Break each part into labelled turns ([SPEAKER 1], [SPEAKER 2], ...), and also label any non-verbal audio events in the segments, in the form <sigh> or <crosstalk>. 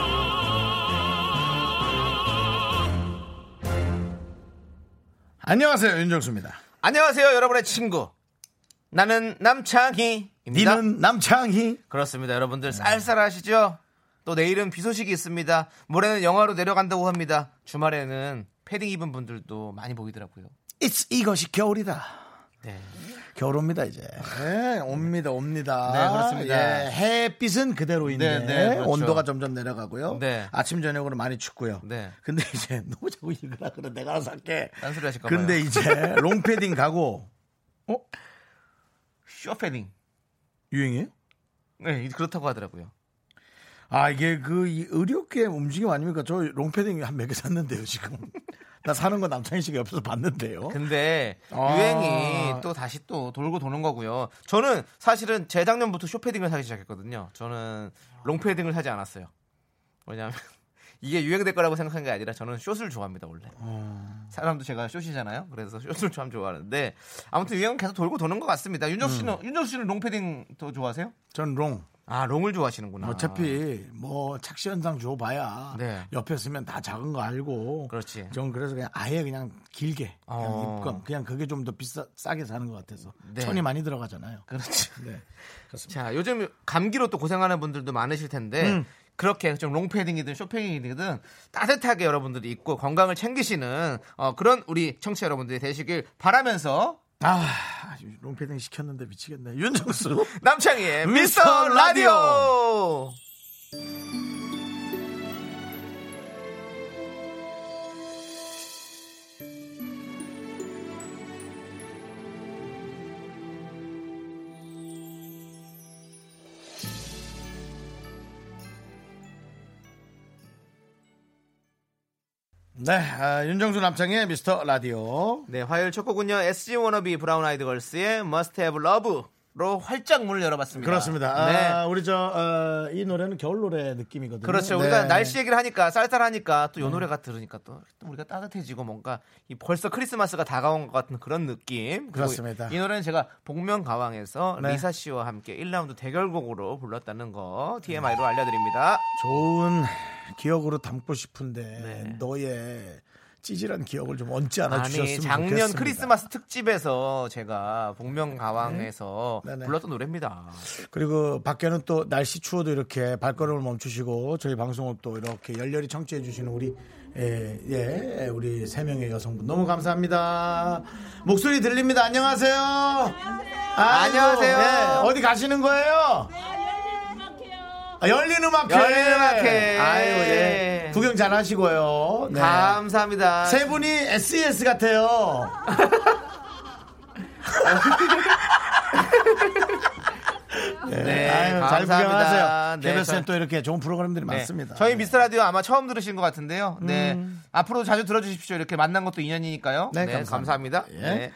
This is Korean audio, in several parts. [SPEAKER 1] 안녕하세요 윤정수입니다.
[SPEAKER 2] 안녕하세요, 여러분의 친구. 나는 남창희입니다.
[SPEAKER 1] 니는 남창희.
[SPEAKER 2] 그렇습니다, 여러분들 쌀쌀하시죠? 또 내일은 비 소식이 있습니다. 모레는 영화로 내려간다고 합니다. 주말에는 패딩 입은 분들도 많이 보이더라고요.
[SPEAKER 1] It's 이것이 겨울이다.
[SPEAKER 2] 네.
[SPEAKER 1] 겨울 옵니다 이제. 네, 옵니다 옵니다.
[SPEAKER 2] 네, 그렇습니다.
[SPEAKER 1] 예, 햇빛은 그대로인데
[SPEAKER 2] 네, 네, 그렇죠.
[SPEAKER 1] 온도가 점점 내려가고요.
[SPEAKER 2] 네.
[SPEAKER 1] 아침 저녁으로 많이 춥고요.
[SPEAKER 2] 네.
[SPEAKER 1] 근데 이제 <laughs> 너무 자꾸 읽으라 그래 내가 알아서 할게.
[SPEAKER 2] 딴소리 하실까 봐요.
[SPEAKER 1] 근데
[SPEAKER 2] <laughs>
[SPEAKER 1] 이제 롱패딩 가고
[SPEAKER 2] 쇼 패딩.
[SPEAKER 1] 유행이에요?
[SPEAKER 2] 네, 그렇다고 하더라고요.
[SPEAKER 1] 아 이게 그이 의료계 움직임 아닙니까? 저 롱패딩 한 몇 개 샀는데요 지금. <laughs> 나 사는 거 남창희 씨가 옆에서
[SPEAKER 2] 어?
[SPEAKER 1] 봤는데요.
[SPEAKER 2] 근데
[SPEAKER 1] 아.
[SPEAKER 2] 유행이 또 다시 또 돌고 도는 거고요. 저는 사실은 재작년부터 쇼패딩을 사기 시작했거든요. 저는 롱패딩을 사지 않았어요. 왜냐하면 <laughs> 이게 유행될 거라고 생각한 게 아니라 저는 숏을 좋아합니다 원래. 사람도 제가 숏이잖아요. 그래서 숏을 참 좋아하는데 아무튼 유행은 계속 돌고 도는 것 같습니다. 윤정수 씨는 윤정수 씨는 롱패딩 더 좋아하세요?
[SPEAKER 1] 전 롱.
[SPEAKER 2] 음. 아 롱을 좋아하시는구나.
[SPEAKER 1] 어차피 뭐 착시 현상 줘봐야
[SPEAKER 2] 네.
[SPEAKER 1] 옆에 쓰면 다 작은 거 알고
[SPEAKER 2] 그렇지.
[SPEAKER 1] 전 그래서 그냥 아예 그냥 길게 그냥
[SPEAKER 2] 어.
[SPEAKER 1] 입건 그냥 그게 좀 더 비싸 싸게 사는 것 같아서
[SPEAKER 2] 네. 그렇죠.
[SPEAKER 1] 천이 많이 들어가잖아요.
[SPEAKER 2] 그렇지.
[SPEAKER 1] 네.
[SPEAKER 2] 자, 요즘 감기로 또 고생하는 분들도 많으실 텐데 그렇게 좀 롱패딩이든 쇼패딩이든 따뜻하게 여러분들이 입고 건강을 챙기시는 어, 그런 우리 청취자 여러분들이 되시길 바라면서
[SPEAKER 1] 아 롱패딩 시켰는데 미치겠네.
[SPEAKER 2] <laughs>
[SPEAKER 1] 윤정수.
[SPEAKER 2] 남창희의 미스터
[SPEAKER 1] 미스터 라디오.
[SPEAKER 2] 라디오
[SPEAKER 1] 네, 아, 윤정수 남창의 미스터 라디오.
[SPEAKER 2] 네, 화요일 첫 곡은요 SG 워너비 브라운 아이드 걸스의 Must Have Love로 활짝 문을 열어봤습니다
[SPEAKER 1] 그렇습니다.
[SPEAKER 2] 네.
[SPEAKER 1] 아, 우리 저 어, 이 노래는 겨울 노래 느낌이거든요.
[SPEAKER 2] 그렇죠.
[SPEAKER 1] 네.
[SPEAKER 2] 우리가 날씨 얘기를 하니까 쌀쌀하니까 또 이 노래가 들으니까 또 우리가 따뜻해지고 뭔가 이 벌써 크리스마스가 다가온 것 같은 그런 느낌. 그리고
[SPEAKER 1] 그렇습니다.
[SPEAKER 2] 이 노래는 제가 복면가왕에서
[SPEAKER 1] 네.
[SPEAKER 2] 리사 씨와 함께 1라운드 대결곡으로 불렀다는 거 TMI로 알려드립니다.
[SPEAKER 1] 좋은 기억으로 담고 싶은데
[SPEAKER 2] 네.
[SPEAKER 1] 너의 찌질한 기억을 좀 얹지 않아
[SPEAKER 2] 아니
[SPEAKER 1] 주셨으면
[SPEAKER 2] 작년
[SPEAKER 1] 좋겠습니다.
[SPEAKER 2] 크리스마스 특집에서 제가 복면가왕에서
[SPEAKER 1] 네. 네네.
[SPEAKER 2] 불렀던 노래입니다.
[SPEAKER 1] 그리고 밖에는 또 날씨 추워도 이렇게 발걸음을 멈추시고 저희 방송을 또 이렇게 열렬히 청취해 주시는 우리 예, 예, 우리 세 명의 여성분 너무 감사합니다. 목소리 들립니다. 안녕하세요. 아이고,
[SPEAKER 2] 안녕하세요.
[SPEAKER 1] 네, 어디 가시는 거예요? 아, 열린 음악회.
[SPEAKER 2] 열린 음악회.
[SPEAKER 1] 아이고 예. 구경 잘 하시고요. 네.
[SPEAKER 2] 감사합니다.
[SPEAKER 1] 세 분이 SES 같아요.
[SPEAKER 2] 네,
[SPEAKER 1] 아유, 잘 구경하세요.
[SPEAKER 2] 네,
[SPEAKER 1] KBS엔
[SPEAKER 2] 저-
[SPEAKER 1] 또 이렇게 좋은 프로그램들이
[SPEAKER 2] 네.
[SPEAKER 1] 많습니다.
[SPEAKER 2] 저희 미스터 라디오 아마 처음 들으신 것 같은데요. 네. 앞으로 자주 들어주십시오. 이렇게 만난 것도 인연이니까요.
[SPEAKER 1] 네,
[SPEAKER 2] 감사합니다.
[SPEAKER 1] 감사합니다. 예.
[SPEAKER 2] 네.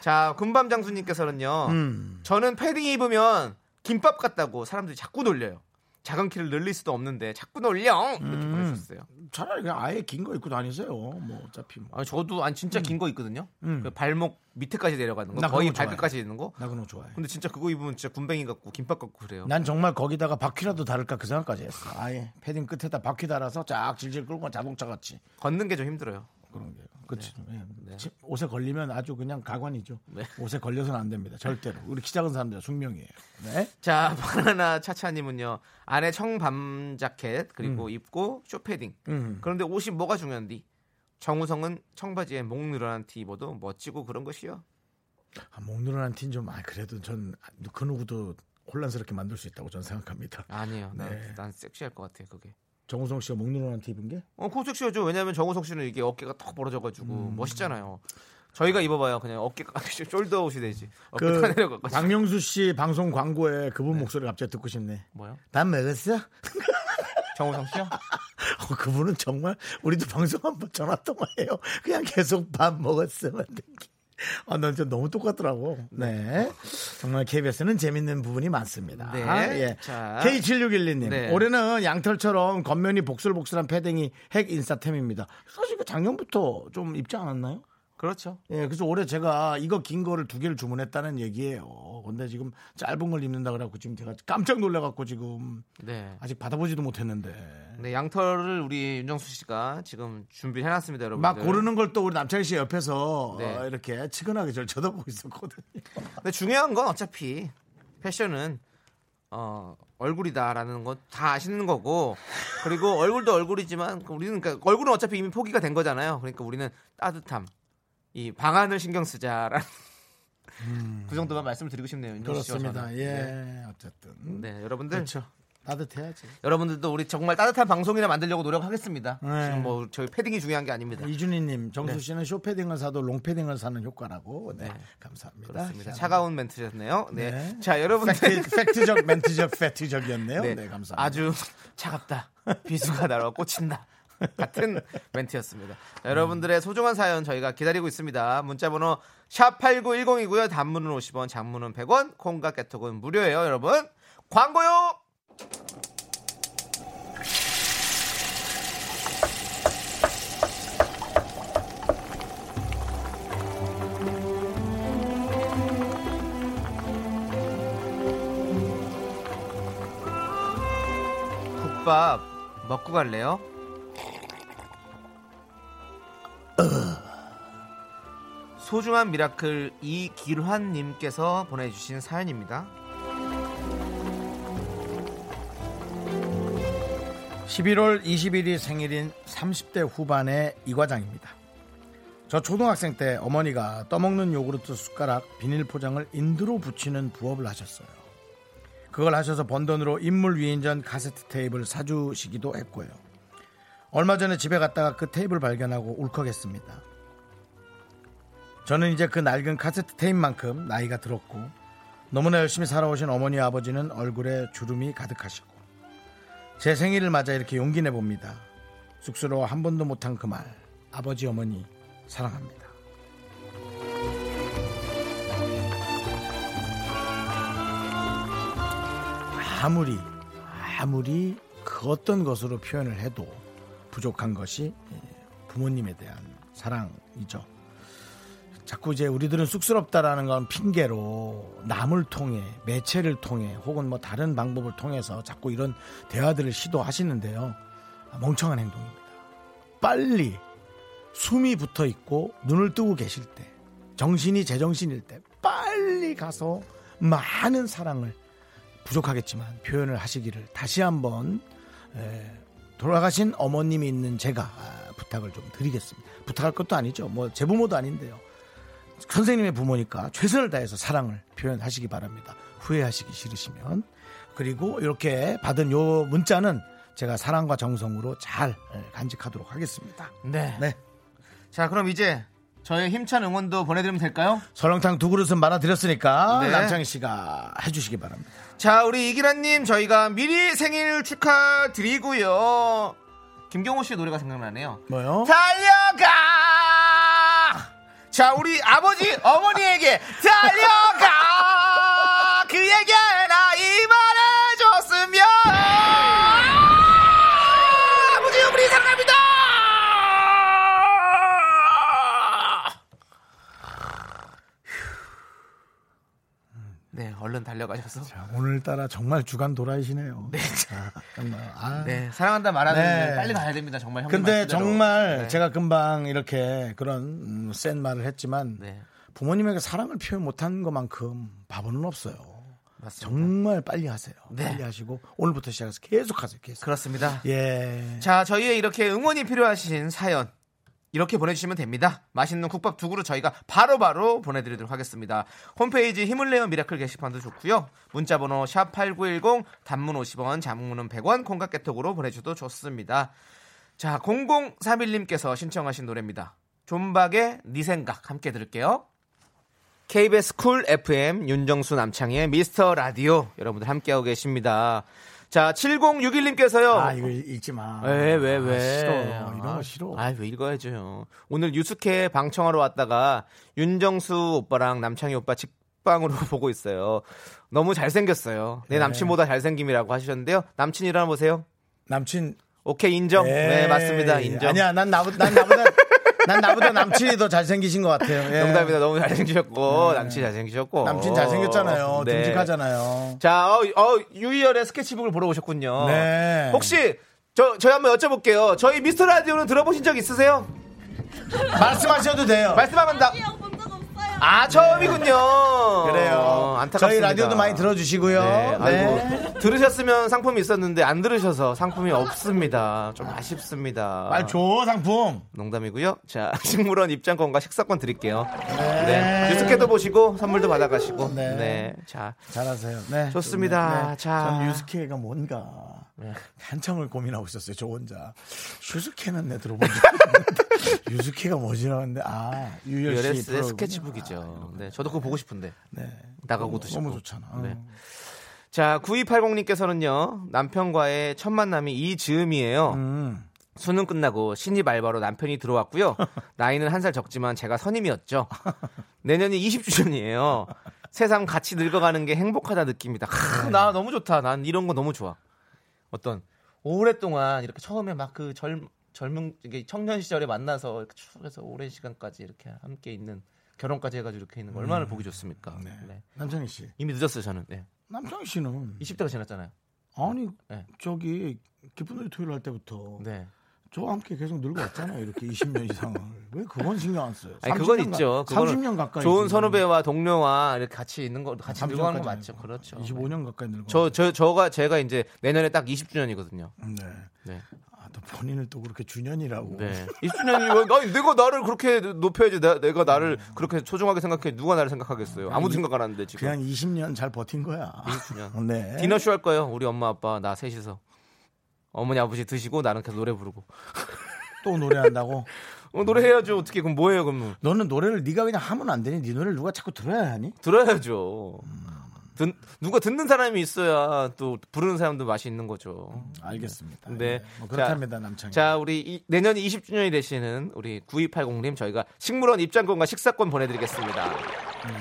[SPEAKER 2] 자, 군밤 장수님께서는요.
[SPEAKER 1] 음.
[SPEAKER 2] 저는 패딩 입으면 김밥 같다고 사람들이 자꾸 놀려요. 작은 키를 늘릴 수도 없는데 자꾸 놀려 이렇게
[SPEAKER 1] 음.
[SPEAKER 2] 보내주셨어요.
[SPEAKER 1] 차라리 그냥 아예 긴 거 입고 다니세요. 뭐 어차피 뭐.
[SPEAKER 2] 아, 저도 안 진짜 긴 거 있거든요. 그 발목 밑에까지 내려가는 거,
[SPEAKER 1] 음. 나
[SPEAKER 2] 거의
[SPEAKER 1] 그런 거 좋아해.
[SPEAKER 2] 발끝까지 있는 거.
[SPEAKER 1] 나 그런 거 좋아해.
[SPEAKER 2] 근데 진짜 그거 입으면 진짜 군뱅이 같고 김밥 같고 그래요.
[SPEAKER 1] 난 정말 거기다가 바퀴라도 달을까 그 생각까지 했어. 아예 패딩 끝에다 바퀴 달아서 쫙 질질 끌고 자동차 같이.
[SPEAKER 2] 걷는 게 좀 힘들어요.
[SPEAKER 1] 그런 게. 그치. 예. 치- 옷에 걸리면 아주 그냥 가관이죠. 옷에 걸려서는 안 됩니다. 절대로. 우리 키 작은 사람들 숙명이에요. 네.
[SPEAKER 2] 자 <laughs> 바나나 차차님은요 안에 청밤 자켓 그리고
[SPEAKER 1] 음.
[SPEAKER 2] 입고 쇼패딩 그런데 옷이 뭐가 중요한디 정우성은 청바지에 목 늘어난 티 입어도 멋지고 그런 것이요
[SPEAKER 1] 아, 목 늘어난 틴 좀, 아, 그래도 전 그 누구도 혼란스럽게 만들 수 있다고 저는 생각합니다.
[SPEAKER 2] 아니에요 난,
[SPEAKER 1] 네.
[SPEAKER 2] 난 섹시할 것 같아요 그게
[SPEAKER 1] 정우성 씨가 목 늘어난 티 입은 게?
[SPEAKER 2] 어 그거 섹시하죠 왜냐하면 정우성 씨는 이게 어깨가 턱 벌어져가지고
[SPEAKER 1] 음.
[SPEAKER 2] 멋있잖아요 저희가 입어봐요 그냥 어깨가 <laughs> 숄더아웃이 되지 어깨가
[SPEAKER 1] 그
[SPEAKER 2] 내려가고
[SPEAKER 1] 박명수 씨 방송
[SPEAKER 2] 네. 뭐.
[SPEAKER 1] 광고에 그분 목소리 갑자기 듣고 싶네.
[SPEAKER 2] 뭐요
[SPEAKER 1] 밥 먹었어?
[SPEAKER 2] 정우성 씨요
[SPEAKER 1] 어, 그분은 정말 우리도 방송 한 번 전화 통화해요. 그냥 계속 밥 먹었으면 되게. 아, 난 진짜 너무 똑같더라고. 네. 정말 KBS는 재밌는 부분이 많습니다.
[SPEAKER 2] 네.
[SPEAKER 1] 예.
[SPEAKER 2] 자.
[SPEAKER 1] K7611님.
[SPEAKER 2] 네.
[SPEAKER 1] 올해는 양털처럼 겉면이 복슬복슬한 패딩이 핵 인싸템입니다. 사실 그 작년부터 좀 입지 않았나요?
[SPEAKER 2] <laughs> 그렇죠.
[SPEAKER 1] 예, 그래서 올해 제가 이거 긴 거를 두 개를 주문했다는 얘기예요. 근데 지금 짧은 걸 입는다 그래갖고 지금 제가 깜짝 놀래갖고 지금
[SPEAKER 2] 네.
[SPEAKER 1] 아직 받아보지도 못했는데
[SPEAKER 2] 네, 양털을 우리 윤정수 씨가 지금 준비를 해놨습니다, 여러분.
[SPEAKER 1] 막 고르는 걸 또 우리 남창희 씨 옆에서
[SPEAKER 2] 네.
[SPEAKER 1] 어, 이렇게 측은하게 저를 쳐다보고 있었거든요.
[SPEAKER 2] 근데 중요한 건 어차피 패션은 어, 얼굴이다라는 거 다 아시는 거고 그리고 얼굴도 얼굴이지만 그 우리는 그러니까 얼굴은 어차피 이미 포기가 된 거잖아요. 그러니까 우리는 따뜻함, 이 방안을 신경 쓰자라는 그 정도만 말씀드리고 싶네요. 윤정수 씨와
[SPEAKER 1] <laughs> 음. 그렇습니다.
[SPEAKER 2] 저는.
[SPEAKER 1] 예,
[SPEAKER 2] 네.
[SPEAKER 1] 어쨌든
[SPEAKER 2] 네, 여러분들
[SPEAKER 1] 그렇죠. 따뜻해야지.
[SPEAKER 2] 여러분들도 우리 정말 따뜻한 방송이나 만들려고 노력하겠습니다.
[SPEAKER 1] 네.
[SPEAKER 2] 지금 뭐 저희 패딩이 중요한 게 아닙니다.
[SPEAKER 1] 이준희님, 정수 씨는 쇼패딩을 사도 롱패딩을 사는 효과라고. 네, 감사합니다. 자,
[SPEAKER 2] 그렇습니다. 차가운 멘트였네요. 네.
[SPEAKER 1] 네.
[SPEAKER 2] 자, 여러분들
[SPEAKER 1] 팩트, 팩트적, 멘트적, <laughs> 팩트적이었네요. 네,
[SPEAKER 2] 네.
[SPEAKER 1] 감사합니다.
[SPEAKER 2] 아주 <laughs> 차갑다. 비수가 날아와 꽂힌다. 같은 멘트였습니다. 자,
[SPEAKER 1] 음.
[SPEAKER 2] 여러분들의 소중한 사연 저희가 기다리고 있습니다. 문자번호 샵 8910이고요. 단문은 50원, 장문은 100원, 콩과 깨톡은 무료예요, 여러분. 광고요! 국밥 먹고 갈래요? 소중한 미라클 이길환님께서 보내주신 사연입니다.
[SPEAKER 1] 11월 21일이 생일인 30대 후반의 이 과장입니다. 저 초등학생 때 어머니가 떠먹는 요구르트 숟가락 비닐 포장을 인두로 붙이는 부업을 하셨어요. 그걸 하셔서 번 돈으로 인물 위인전 카세트 테이프를 사주시기도 했고요. 얼마 전에 집에 갔다가 그 테이프를 발견하고 울컥했습니다. 저는 이제 그 낡은 카세트 테이프만큼 나이가 들었고 너무나 열심히 살아오신 어머니 아버지는 얼굴에 주름이 가득하시고 제 생일을 맞아 이렇게 용기 내 봅니다. 쑥스러워 한 번도 못한 그 말. 아버지 어머니 사랑합니다. 아무리 아무리 그 어떤 것으로 표현을 해도 부족한 것이 예, 부모님에 대한 사랑이죠. 자꾸 이제 우리들은 쑥스럽다라는 건 핑계로 남을 통해 매체를 통해 혹은 뭐 다른 방법을 통해서 자꾸 이런 대화들을 시도하시는데요. 아, 멍청한 행동입니다. 빨리 숨이 붙어 있고 눈을 뜨고 계실 때 정신이 제정신일 때 빨리 가서 많은 사랑을 부족하겠지만 표현을 하시기를 다시 한번 에, 돌아가신 어머님이 있는 제가 아, 부탁을 좀 드리겠습니다. 부탁할 것도 아니죠. 뭐 제 부모도 아닌데요. 선생님의 부모니까 최선을 다해서 사랑을 표현하시기 바랍니다. 후회하시기 싫으시면 그리고 이렇게 받은 요 문자는 제가 사랑과 정성으로 잘 예, 간직하도록 하겠습니다.
[SPEAKER 2] 네.
[SPEAKER 1] 네.
[SPEAKER 2] 자, 그럼 이제 저의 힘찬 응원도 보내드리면 될까요?
[SPEAKER 1] 설렁탕 두 그릇은 말아 드렸으니까
[SPEAKER 2] 네.
[SPEAKER 1] 남창희 씨가 해주시기 바랍니다.
[SPEAKER 2] 자, 우리 이기란님 저희가 미리 생일 축하드리고요. 김경호 씨 노래가 생각나네요.
[SPEAKER 1] 뭐요?
[SPEAKER 2] 달려가! 자, 우리 아버지, 어머니에게 달려가! 그에게 나 이 말해줬으면! 아버지, 어머니 사랑합니다! 네, 얼른 달려가셔서.
[SPEAKER 1] 오늘따라 정말 주간 돌아이시네요. 네. 정말. 아.
[SPEAKER 2] 네, 사랑한다 말하는
[SPEAKER 1] 네.
[SPEAKER 2] 데 빨리 가야 됩니다, 정말. 형님
[SPEAKER 1] 근데
[SPEAKER 2] 말씀대로.
[SPEAKER 1] 정말
[SPEAKER 2] 네.
[SPEAKER 1] 제가 금방 이렇게 그런 음, 센 말을 했지만
[SPEAKER 2] 네,
[SPEAKER 1] 부모님에게 사랑을 표현 못하는 것만큼 바보는 없어요.
[SPEAKER 2] 맞습니다.
[SPEAKER 1] 정말 빨리 하세요.
[SPEAKER 2] 네.
[SPEAKER 1] 빨리 하시고 오늘부터 시작해서 계속 하세요. 계속.
[SPEAKER 2] 그렇습니다.
[SPEAKER 1] 예.
[SPEAKER 2] 자, 저희의 이렇게 응원이 필요하신 사연 이렇게 보내주시면 됩니다. 맛있는 국밥 두 그릇 저희가 바로바로 보내드리도록 하겠습니다. 홈페이지 힘을 내어 미라클 게시판도 좋고요. 문자번호 샵 8910 단문 50원 장문은 100원 콩깍개톡으로 보내주셔도 좋습니다. 자, 0031님께서 신청하신 노래입니다. 존박의 네 생각 함께 들을게요. KBS 쿨 FM 윤정수 남창희의 미스터 라디오 여러분들 함께하고 계십니다. 자, 7061님께서요.
[SPEAKER 1] 아 이거 읽- 읽지 마.
[SPEAKER 2] 왜, 왜, 왜.
[SPEAKER 1] 아, 싫어. 이런 거 싫어.
[SPEAKER 2] 아, 왜 읽어야죠. 오늘 유스케 방청하러 왔다가 윤정수 오빠랑 남창희 오빠 직방으로 <laughs> 보고 있어요. 너무 잘생겼어요.
[SPEAKER 1] 네.
[SPEAKER 2] 내 남친보다 잘생김이라고 하셨는데요. 남친이라 보세요.
[SPEAKER 1] 남친.
[SPEAKER 2] 오케이, 인정.
[SPEAKER 1] 에이,
[SPEAKER 2] 네, 맞습니다. 인정.
[SPEAKER 1] 예. 아니야, 난 나보, 난 나보다, 난 나보다 남친이 더 잘생기신 것 같아요. 예.
[SPEAKER 2] 농담이다. 너무 잘생기셨고, 남친 잘생기셨고.
[SPEAKER 1] 네. 남친 잘생겼잖아요.
[SPEAKER 2] 네.
[SPEAKER 1] 듬직하잖아요.
[SPEAKER 2] 자, 어, 어, 유희열의 스케치북을 보러 오셨군요.
[SPEAKER 1] 네.
[SPEAKER 2] 혹시 저, 저희 한번 여쭤볼게요. 저희 미스터 라디오는 들어보신 적 있으세요?
[SPEAKER 1] 말씀하셔도 돼요.
[SPEAKER 2] 말씀하면 다.
[SPEAKER 3] 아니요, 본적 없어요.
[SPEAKER 2] 아, 처음이군요. 어,
[SPEAKER 1] 그래요.
[SPEAKER 2] 안타깝습니다.
[SPEAKER 1] 저희 라디오도 많이 들어주시고요. 네.
[SPEAKER 2] 네, 아이고, 들으셨으면 상품이 있었는데 안 들으셔서 상품이 없습니다. 좀 아쉽습니다.
[SPEAKER 1] 말 줘, 상품.
[SPEAKER 2] 농담이고요. 자, <laughs> 식물원 입장권과 식사권 드릴게요. 네. 뉴스캐도 보시고 선물도 받아가시고.
[SPEAKER 1] 네.
[SPEAKER 2] 네. 자,
[SPEAKER 1] 잘하세요. 네.
[SPEAKER 2] 좋습니다. 자. 네.
[SPEAKER 1] 전 유스케가 뭔가 한참을 고민하고 있었어요. 저 혼자. 슈스케는 내 들어본 <laughs> 적 없는데 유스케가 뭐지? 라는데 아, 유열 씨.
[SPEAKER 2] 유열스의
[SPEAKER 1] 프로그램.
[SPEAKER 2] 스케치북이죠. 네, 저도 그거 보고 싶은데. 나가고도 싶고.
[SPEAKER 1] 네. 어, 너무 좋잖아.
[SPEAKER 2] 네. 자, 9280님께서는요, 남편과의 첫 만남이 이즈음이에요. 수능 끝나고 신입 알바로 남편이 <laughs> 들어왔고요. 나이는 한 살 적지만 제가 선임이었죠. 내년이 20주년이에요. 세상 같이 늙어가는 게 행복하다 느낍니다. 하, 나 너무 좋다. 난 이런 거 너무 좋아. 어떤 오랫동안 이렇게 처음에 막 그 젊은 이게 청년 시절에 만나서 이렇게 쭉 해서 오랜 시간까지 이렇게 함께 있는 결혼까지 해가지고 이렇게 있는 거 얼마나 보기 좋습니까? 음. 네.
[SPEAKER 1] 남창희 씨.
[SPEAKER 2] 이미 늦었어요 저는. 네.
[SPEAKER 1] 남창희 씨는
[SPEAKER 2] 20대가 지났잖아요.
[SPEAKER 1] 아니
[SPEAKER 2] 네.
[SPEAKER 1] 저기 기쁜 노래 토요일 할 때부터
[SPEAKER 2] 네.
[SPEAKER 1] 저와 함께 계속 늙어왔잖아요. 이렇게 20년 이상을. 왜 그건 신경 안 써요?
[SPEAKER 2] 아니 그건
[SPEAKER 1] 30년 가-
[SPEAKER 2] 있죠. 그거는
[SPEAKER 1] 30년 가까이. 지금.
[SPEAKER 2] 좋은 선후배와 동료와 이렇게 같이 있는 거 같이 늙어가는거
[SPEAKER 1] 30년까지
[SPEAKER 2] 맞죠.
[SPEAKER 1] 아니고.
[SPEAKER 2] 그렇죠.
[SPEAKER 1] 25년 가까이 늙어.
[SPEAKER 2] 저 저 저가 제가 이제 내년에 딱 20주년이거든요.
[SPEAKER 1] 네.
[SPEAKER 2] 네.
[SPEAKER 1] 아, 또 본인을 또 그렇게 준현이라고.
[SPEAKER 2] 네. <laughs> 20주년이 왜 내가 나를 그렇게 높여야지 나, 내가 나를 그렇게 소중하게 생각해 누가 나를 생각하겠어요. 아무도 생각 안 하는데 지금.
[SPEAKER 1] 그냥 20년 잘 버틴 거야. <laughs>
[SPEAKER 2] 20주년.
[SPEAKER 1] 네.
[SPEAKER 2] 디너쇼 할 거예요. 우리 엄마 아빠 나 셋이서. 어머니 아버지 드시고 나는 계속 노래 부르고.
[SPEAKER 1] 또 노래한다고.
[SPEAKER 2] 어, 노래해야죠. 어떻게 그럼 뭐예요, 그럼?
[SPEAKER 1] 너는 노래를 네가 그냥 하면 안 되니? 네 노래를 누가 자꾸 들어야 하니?
[SPEAKER 2] 들어야죠. 듣, 누가 듣는 사람이 있어야 또 부르는 사람도 맛이 있는 거죠.
[SPEAKER 1] 알겠습니다.
[SPEAKER 2] 네.
[SPEAKER 1] 예, 뭐 그렇답니다, 남창희.
[SPEAKER 2] 자, 우리 이- 내년 20주년이 되시는 우리 9280님 저희가 식물원 입장권과 식사권 보내드리겠습니다.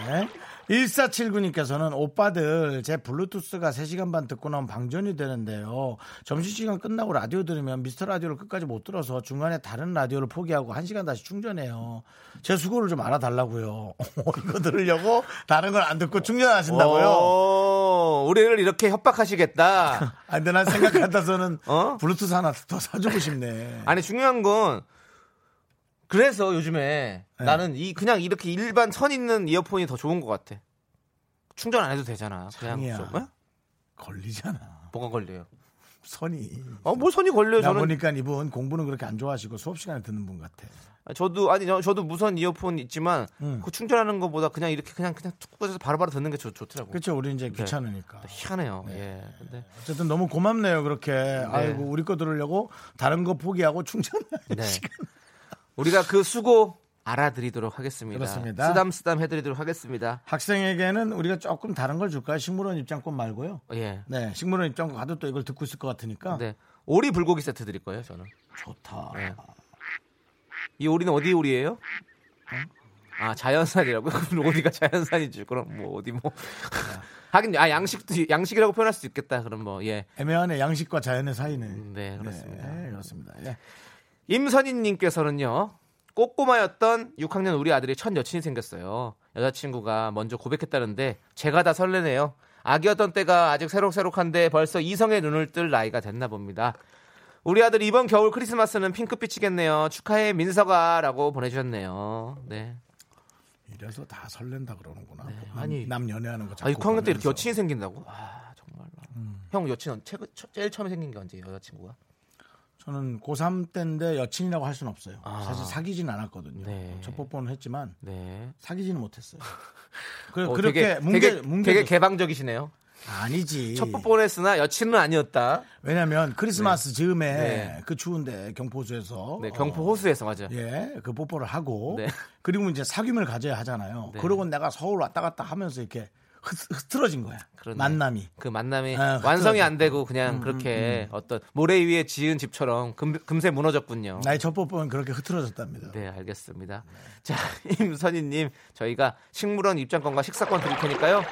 [SPEAKER 1] 네. 1479님께서는 오빠들 제 블루투스가 3시간 반 듣고 나면 방전이 되는데요. 점심시간 끝나고 라디오 들으면 미스터 라디오를 끝까지 못 들어서 중간에 다른 라디오를 포기하고 1시간 다시 충전해요. 제 수고를 좀 알아달라고요. <laughs> 어, 이거 들으려고 다른 걸 안 듣고
[SPEAKER 2] 어.
[SPEAKER 1] 충전하신다고요?
[SPEAKER 2] 오, 우리를 이렇게 <laughs> 협박하시겠다.
[SPEAKER 1] 아, 근데 난 생각 같아서는
[SPEAKER 2] 어?
[SPEAKER 1] 블루투스 하나 더 사주고 싶네.
[SPEAKER 2] 아니 중요한 건 그래서 요즘에 나는 이 그냥 이렇게 일반 선 있는 이어폰이 더 좋은 것 같아. 충전 안 해도 되잖아. 그냥
[SPEAKER 1] 창이야.
[SPEAKER 2] 좀, 어?
[SPEAKER 1] 걸리잖아.
[SPEAKER 2] 뭐가 걸려요?
[SPEAKER 1] 선이.
[SPEAKER 2] 어, 뭐 선이 걸려요?
[SPEAKER 1] 나
[SPEAKER 2] 저는
[SPEAKER 1] 보니까 이분 공부는 그렇게 안 좋아하시고 수업 시간에 듣는 분 같아.
[SPEAKER 2] 아, 저도 아니 저, 도 무선 이어폰 있지만 그 충전하는 것보다 그냥 이렇게 그냥 그냥 툭 꺼져서 바로바로 듣는 게 좋, 좋더라고.
[SPEAKER 1] 그렇죠. 우리 이제
[SPEAKER 2] 그 네.
[SPEAKER 1] 귀찮으니까.
[SPEAKER 2] 희한해요. 예. 근데
[SPEAKER 1] 어쨌든 너무 고맙네요. 그렇게 아이고 우리 거 들으려고 다른 거 포기하고 <laughs> 충전.
[SPEAKER 2] 네. <laughs> 우리가 그 수고 알아드리도록 하겠습니다.
[SPEAKER 1] 그렇습니다.
[SPEAKER 2] 쓰담 쓰담 해드리도록 하겠습니다.
[SPEAKER 1] 학생에게는 우리가 조금 다른 걸 줄까요? 식물원 입장권 말고요.
[SPEAKER 2] 예.
[SPEAKER 1] 네, 식물원 입장권 가도 또 이걸 듣고 있을 것 같으니까
[SPEAKER 2] 네. 오리 불고기 세트 드릴 거예요, 저는.
[SPEAKER 1] 좋다.
[SPEAKER 2] 예. 이 오리는 어디 오리예요? 아 자연산이라고 <laughs> 그럼 어디가 자연산이지 그럼 뭐 어디 뭐
[SPEAKER 1] 네.
[SPEAKER 2] <laughs> 하긴 아 양식도 양식이라고 표현할 수도 있겠다 그럼 뭐예
[SPEAKER 1] 애매하네 양식과 자연의 사이는.
[SPEAKER 2] 네, 그렇습니다.
[SPEAKER 1] 네, 그렇습니다. 예.
[SPEAKER 2] 임선희님께서는요. 꼬꼬마였던 6학년 우리 아들이 첫 여친이 생겼어요. 여자친구가 먼저 고백했다는데 제가 다 설레네요. 아기였던 때가 아직 새록새록한데 벌써 이성의 눈을 뜰 나이가 됐나 봅니다. 우리 아들 이번 겨울 크리스마스는 핑크빛이겠네요. 축하해 민서가라고 보내주셨네요. 네.
[SPEAKER 1] 이래서 다 설렌다 그러는구나.
[SPEAKER 2] 아니.
[SPEAKER 1] 남 연애하는 거.
[SPEAKER 2] 아, 6학년 때 이렇게 여친이 생긴다고? 아 정말로.
[SPEAKER 1] 음.
[SPEAKER 2] 형 여친 언- 최- 처- 제일 처음에 생긴 게 언제예요? 여자친구가?
[SPEAKER 1] 저는 고3 때인데 여친이라고 할 수는 없어요.
[SPEAKER 2] 아.
[SPEAKER 1] 사실 사귀진 않았거든요.
[SPEAKER 2] 네.
[SPEAKER 1] 첫 뽀뽀는 했지만
[SPEAKER 2] 네.
[SPEAKER 1] 사귀지는
[SPEAKER 2] <laughs>
[SPEAKER 1] 못했어요. 그,
[SPEAKER 2] 어,
[SPEAKER 1] 그렇게
[SPEAKER 2] 되게,
[SPEAKER 1] 뭉개
[SPEAKER 2] 되게,
[SPEAKER 1] 뭉개
[SPEAKER 2] 되게 개방적이시네요.
[SPEAKER 1] 아니지.
[SPEAKER 2] 첫 뽀뽀를 했으나 여친은 아니었다.
[SPEAKER 1] 왜냐면 크리스마스 즈음에
[SPEAKER 2] 네.
[SPEAKER 1] 그 추운데 경포수에서
[SPEAKER 2] 네, 경포 호수에서 맞아요.
[SPEAKER 1] 어, 예, 그 뽀뽀를 하고
[SPEAKER 2] 네.
[SPEAKER 1] <laughs> 그리고 이제 사귐을 가져야 하잖아요.
[SPEAKER 2] 네.
[SPEAKER 1] 그러고 내가 서울 왔다 갔다 하면서 이렇게 흐- 흐트러진 거야.
[SPEAKER 2] 그러네.
[SPEAKER 1] 만남이.
[SPEAKER 2] 그 만남이
[SPEAKER 1] 아, 흐트러져.
[SPEAKER 2] 완성이 안 되고 그냥 그렇게 어떤 모래 위에 지은 집처럼 금, 세 무너졌군요.
[SPEAKER 1] 나의 첫 뽀뽀는 그렇게 흐트러졌답니다.
[SPEAKER 2] 어. 네, 알겠습니다. 자, <laughs> 임선희님, 저희가 식물원 입장권과 식사권 드릴 테니까요.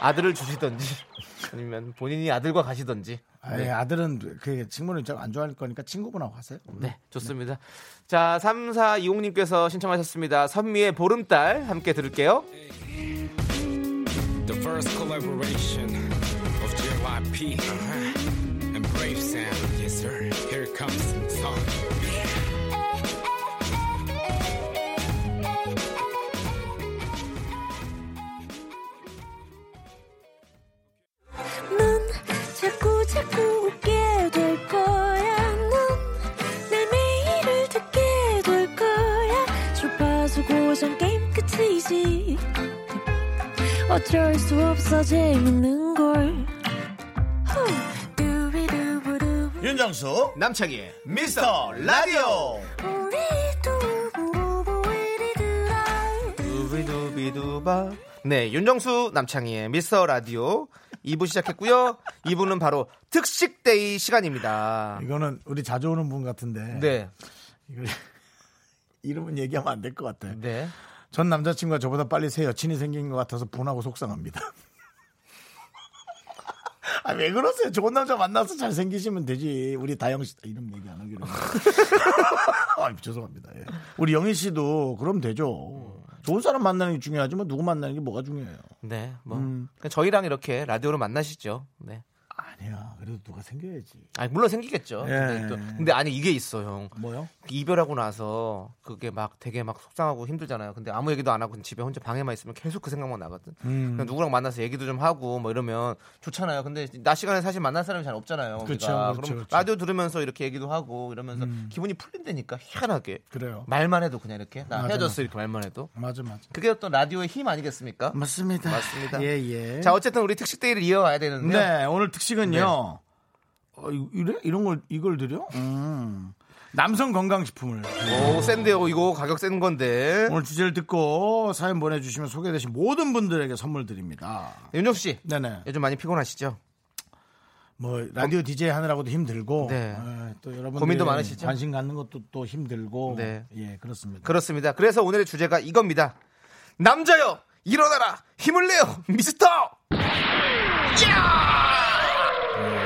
[SPEAKER 2] 아들을 주시던지 <laughs> 아니면 본인이 아들과 가시던지.
[SPEAKER 1] 아예 아들은 그 친구는 좀안 좋아할 거니까 친구분하고 하세요.
[SPEAKER 2] 네, 좋습니다. 자, 3420님께서 신청하셨습니다. 선미의 보름달 함께 들을게요.
[SPEAKER 3] The first collaboration of JYP uh-huh, and Brave Sound. Yes, sir. Here comes song.
[SPEAKER 4] 넌 자꾸 자꾸 웃게 될 거야. 넌내 매일을 듣게 될 거야. 주파수 고정 게임 끝이지. 어쩔 수 없어 재밌는 걸. 후. 두비두부두.
[SPEAKER 1] 윤정수
[SPEAKER 2] 남창희의
[SPEAKER 1] 미스터 라디오.
[SPEAKER 4] 우리 두부부부 우리들아.
[SPEAKER 2] 두비두비두바. 네, 윤정수 남창희의 미스터 라디오 2부 시작했고요. 2부는 바로 특식데이 시간입니다.
[SPEAKER 1] 이거는 우리 자주 오는 분 같은데.
[SPEAKER 2] 네.
[SPEAKER 1] 이걸 이름은 얘기하면 안 될 것 같아. 요
[SPEAKER 2] 네
[SPEAKER 1] 전 남자친구가 저보다 빨리 새 여친이 생긴 것 같아서 분하고 속상합니다. <laughs> 아, 왜 그러세요? 좋은 남자 만나서 잘 생기시면 되지. 우리 다영 씨, 이름 얘기 안 하기로. <laughs> 아, 죄송합니다. 예. 우리 영희 씨도 그럼 되죠. 좋은 사람 만나는 게 중요하지만 누구 만나는 게 뭐가 중요해요?
[SPEAKER 2] 네, 뭐
[SPEAKER 1] 음.
[SPEAKER 2] 그냥 저희랑 이렇게 라디오로 만나시죠. 네.
[SPEAKER 1] 아니야. 그래도 누가 생겨야지.
[SPEAKER 2] 아니 물론 생기겠죠.
[SPEAKER 1] 예.
[SPEAKER 2] 근데, 또- 근데 아니 이게 있어 형.
[SPEAKER 1] 뭐요?
[SPEAKER 2] 이별하고 나서 그게 막 되게 막 속상하고 힘들잖아요. 근데 아무 얘기도 안 하고 그냥 집에 혼자 방에만 있으면 계속 그 생각만 나거든.
[SPEAKER 1] 음.
[SPEAKER 2] 그냥 누구랑 만나서 얘기도 좀 하고 뭐 이러면 좋잖아요. 근데 낮 시간에 사실 만날 사람이 잘 없잖아요.
[SPEAKER 1] 그쵸,
[SPEAKER 2] 우리가.
[SPEAKER 1] 그쵸,
[SPEAKER 2] 그럼
[SPEAKER 1] 그쵸. 음.
[SPEAKER 2] 라디오 들으면서 이렇게 얘기도 하고 이러면서 기분이 풀린다니까 희한하게.
[SPEAKER 1] 그래요.
[SPEAKER 2] 말만 해도 그냥 이렇게 나
[SPEAKER 1] 맞아,
[SPEAKER 2] 헤어졌어 이렇게 말만 해도
[SPEAKER 1] 맞아, 맞아.
[SPEAKER 2] 그게 어떤 라디오의 힘 아니겠습니까?
[SPEAKER 1] 음. 맞습니다.
[SPEAKER 2] 맞습니다.
[SPEAKER 1] 예, 예.
[SPEAKER 2] 자 어쨌든 우리 특식 데이를 이어가야 되는데 요
[SPEAKER 1] 네, 오늘 특식은요. 어, 이- 이래? 이런 걸, 이걸 드려? 음. 남성 건강식품을.
[SPEAKER 2] 오 센데요 이거 가격 센 건데
[SPEAKER 1] 네. 오늘 주제를 듣고 사연 보내주시면 소개되신 모든 분들에게 선물 드립니다.
[SPEAKER 2] 윤정수 씨
[SPEAKER 1] 네네.
[SPEAKER 2] 요즘 많이 피곤하시죠?
[SPEAKER 1] 뭐, 라디오 DJ 하느라고도 힘들고.
[SPEAKER 2] 어. 네.
[SPEAKER 1] 예, 또 여러분.
[SPEAKER 2] 고민도 많으시죠?
[SPEAKER 1] 관심 갖는 것도 또 힘들고.
[SPEAKER 2] 네.
[SPEAKER 1] 예, 그렇습니다.
[SPEAKER 2] 그렇습니다. 그래서 오늘의 주제가 이겁니다. 남자여 일어나라 힘을 내요 미스터. 음.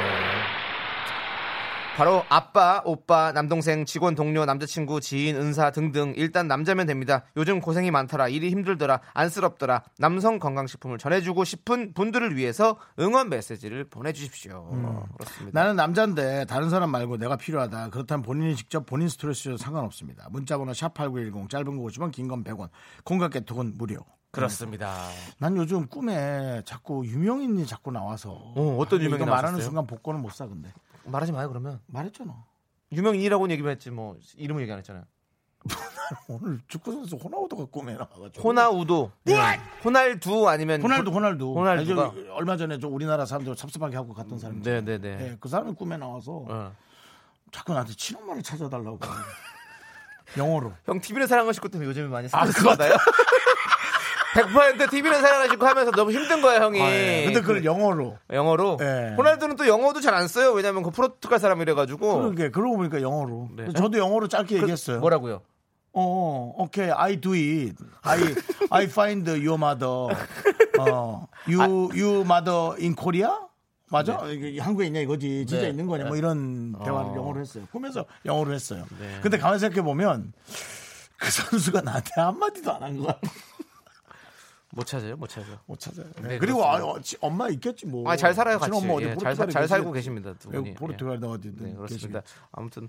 [SPEAKER 2] 바로 아빠, 오빠, 남동생, 직원, 동료, 남자친구, 지인, 은사 등등 일단 남자면 됩니다. 요즘 고생이 많더라, 일이 힘들더라, 안쓰럽더라. 남성 건강식품을 전해주고 싶은 분들을 위해서 응원 메시지를 보내주십시오. 그렇습니다.
[SPEAKER 1] 나는 남자인데 다른 사람 말고 내가 필요하다. 그렇다면 본인이 직접 본인 스트레스도 상관없습니다. 문자번호 샵8910 짧은 거 50원, 긴 건 100원. 공각개톡은 무료.
[SPEAKER 2] 그렇습니다.
[SPEAKER 1] 난 요즘 꿈에 자꾸 유명인이 자꾸 나와서
[SPEAKER 2] 어, 어떤 유명인
[SPEAKER 1] 이거 말하는
[SPEAKER 2] 나왔었어요?
[SPEAKER 1] 순간 복권은 못 사 근데
[SPEAKER 2] 말하지 마요 그러면.
[SPEAKER 1] 말했잖아 <laughs>
[SPEAKER 2] 유명인이라고는 얘기만 했지 뭐 이름을 얘기 안 했잖아요.
[SPEAKER 1] 오늘 축구 선수 호나우도가 꿈에 나와가지고 네.
[SPEAKER 2] 호나우도, 네. 호날두 아니면
[SPEAKER 1] 호날두 음, 호날두
[SPEAKER 2] 호날두가.
[SPEAKER 1] 알죠? 얼마 전에 저 우리나라 사람들 섭섭하게 하고 갔던 사람 네. 어.
[SPEAKER 2] 네네네. 어.
[SPEAKER 1] 예, 그 사람이 꿈에 나와서 자꾸 나한테 친엄마를 찾아달라고 그러는 거야. <laughs> 영어로
[SPEAKER 2] 형 TV를 사랑하실 것 때문에 요즘에 많이 스트레스 받아요. <laughs> 100% TV를 사랑하시고 하면서 너무 힘든 거예요, 형이.
[SPEAKER 1] 아, 근데 그걸 영어로
[SPEAKER 2] 영어로.
[SPEAKER 1] 예.
[SPEAKER 2] 호날두는 또 영어도 잘 안 써요. 왜냐면 그 포르투갈 사람이래 가지고.
[SPEAKER 1] 그러게 그러고 보니까 영어로
[SPEAKER 2] 네.
[SPEAKER 1] 그래서 저도 영어로 짧게 얘기했어요
[SPEAKER 2] 뭐라고요?
[SPEAKER 1] 어, 오케이. I do it. I I find your mother. 어,
[SPEAKER 2] 아.
[SPEAKER 1] you you mother in Korea? 맞아? 이게 한국에 있냐 이거지. 진짜
[SPEAKER 2] 네.
[SPEAKER 1] 있는 거냐? 뭐 이런 대화를 영어로 했어요. 꿈에서 영어로 했어요.
[SPEAKER 2] 네.
[SPEAKER 1] 근데 가만히 생각해 보면 그 선수가 나한테 한마디도 안 한 것 같아.
[SPEAKER 2] 못 찾아요. 못 찾아요.
[SPEAKER 1] 못 찾아요.
[SPEAKER 2] 네,
[SPEAKER 1] 그리고
[SPEAKER 2] 그렇습니다.
[SPEAKER 1] 아, 어, 지- 엄마 있겠지 뭐.
[SPEAKER 2] 아, 잘 살아요, 같이.
[SPEAKER 1] 친엄마 어디 네,
[SPEAKER 2] 예, 잘,
[SPEAKER 1] 포르투갈에
[SPEAKER 2] 사- 잘 살고
[SPEAKER 1] 계시겠지.
[SPEAKER 2] 계시겠다, 두
[SPEAKER 1] 외국
[SPEAKER 2] 분이. 예.
[SPEAKER 1] 포르투갈도 어디든
[SPEAKER 2] 네, 그렇습니다.
[SPEAKER 1] 음, 계시겠지.
[SPEAKER 2] 아무튼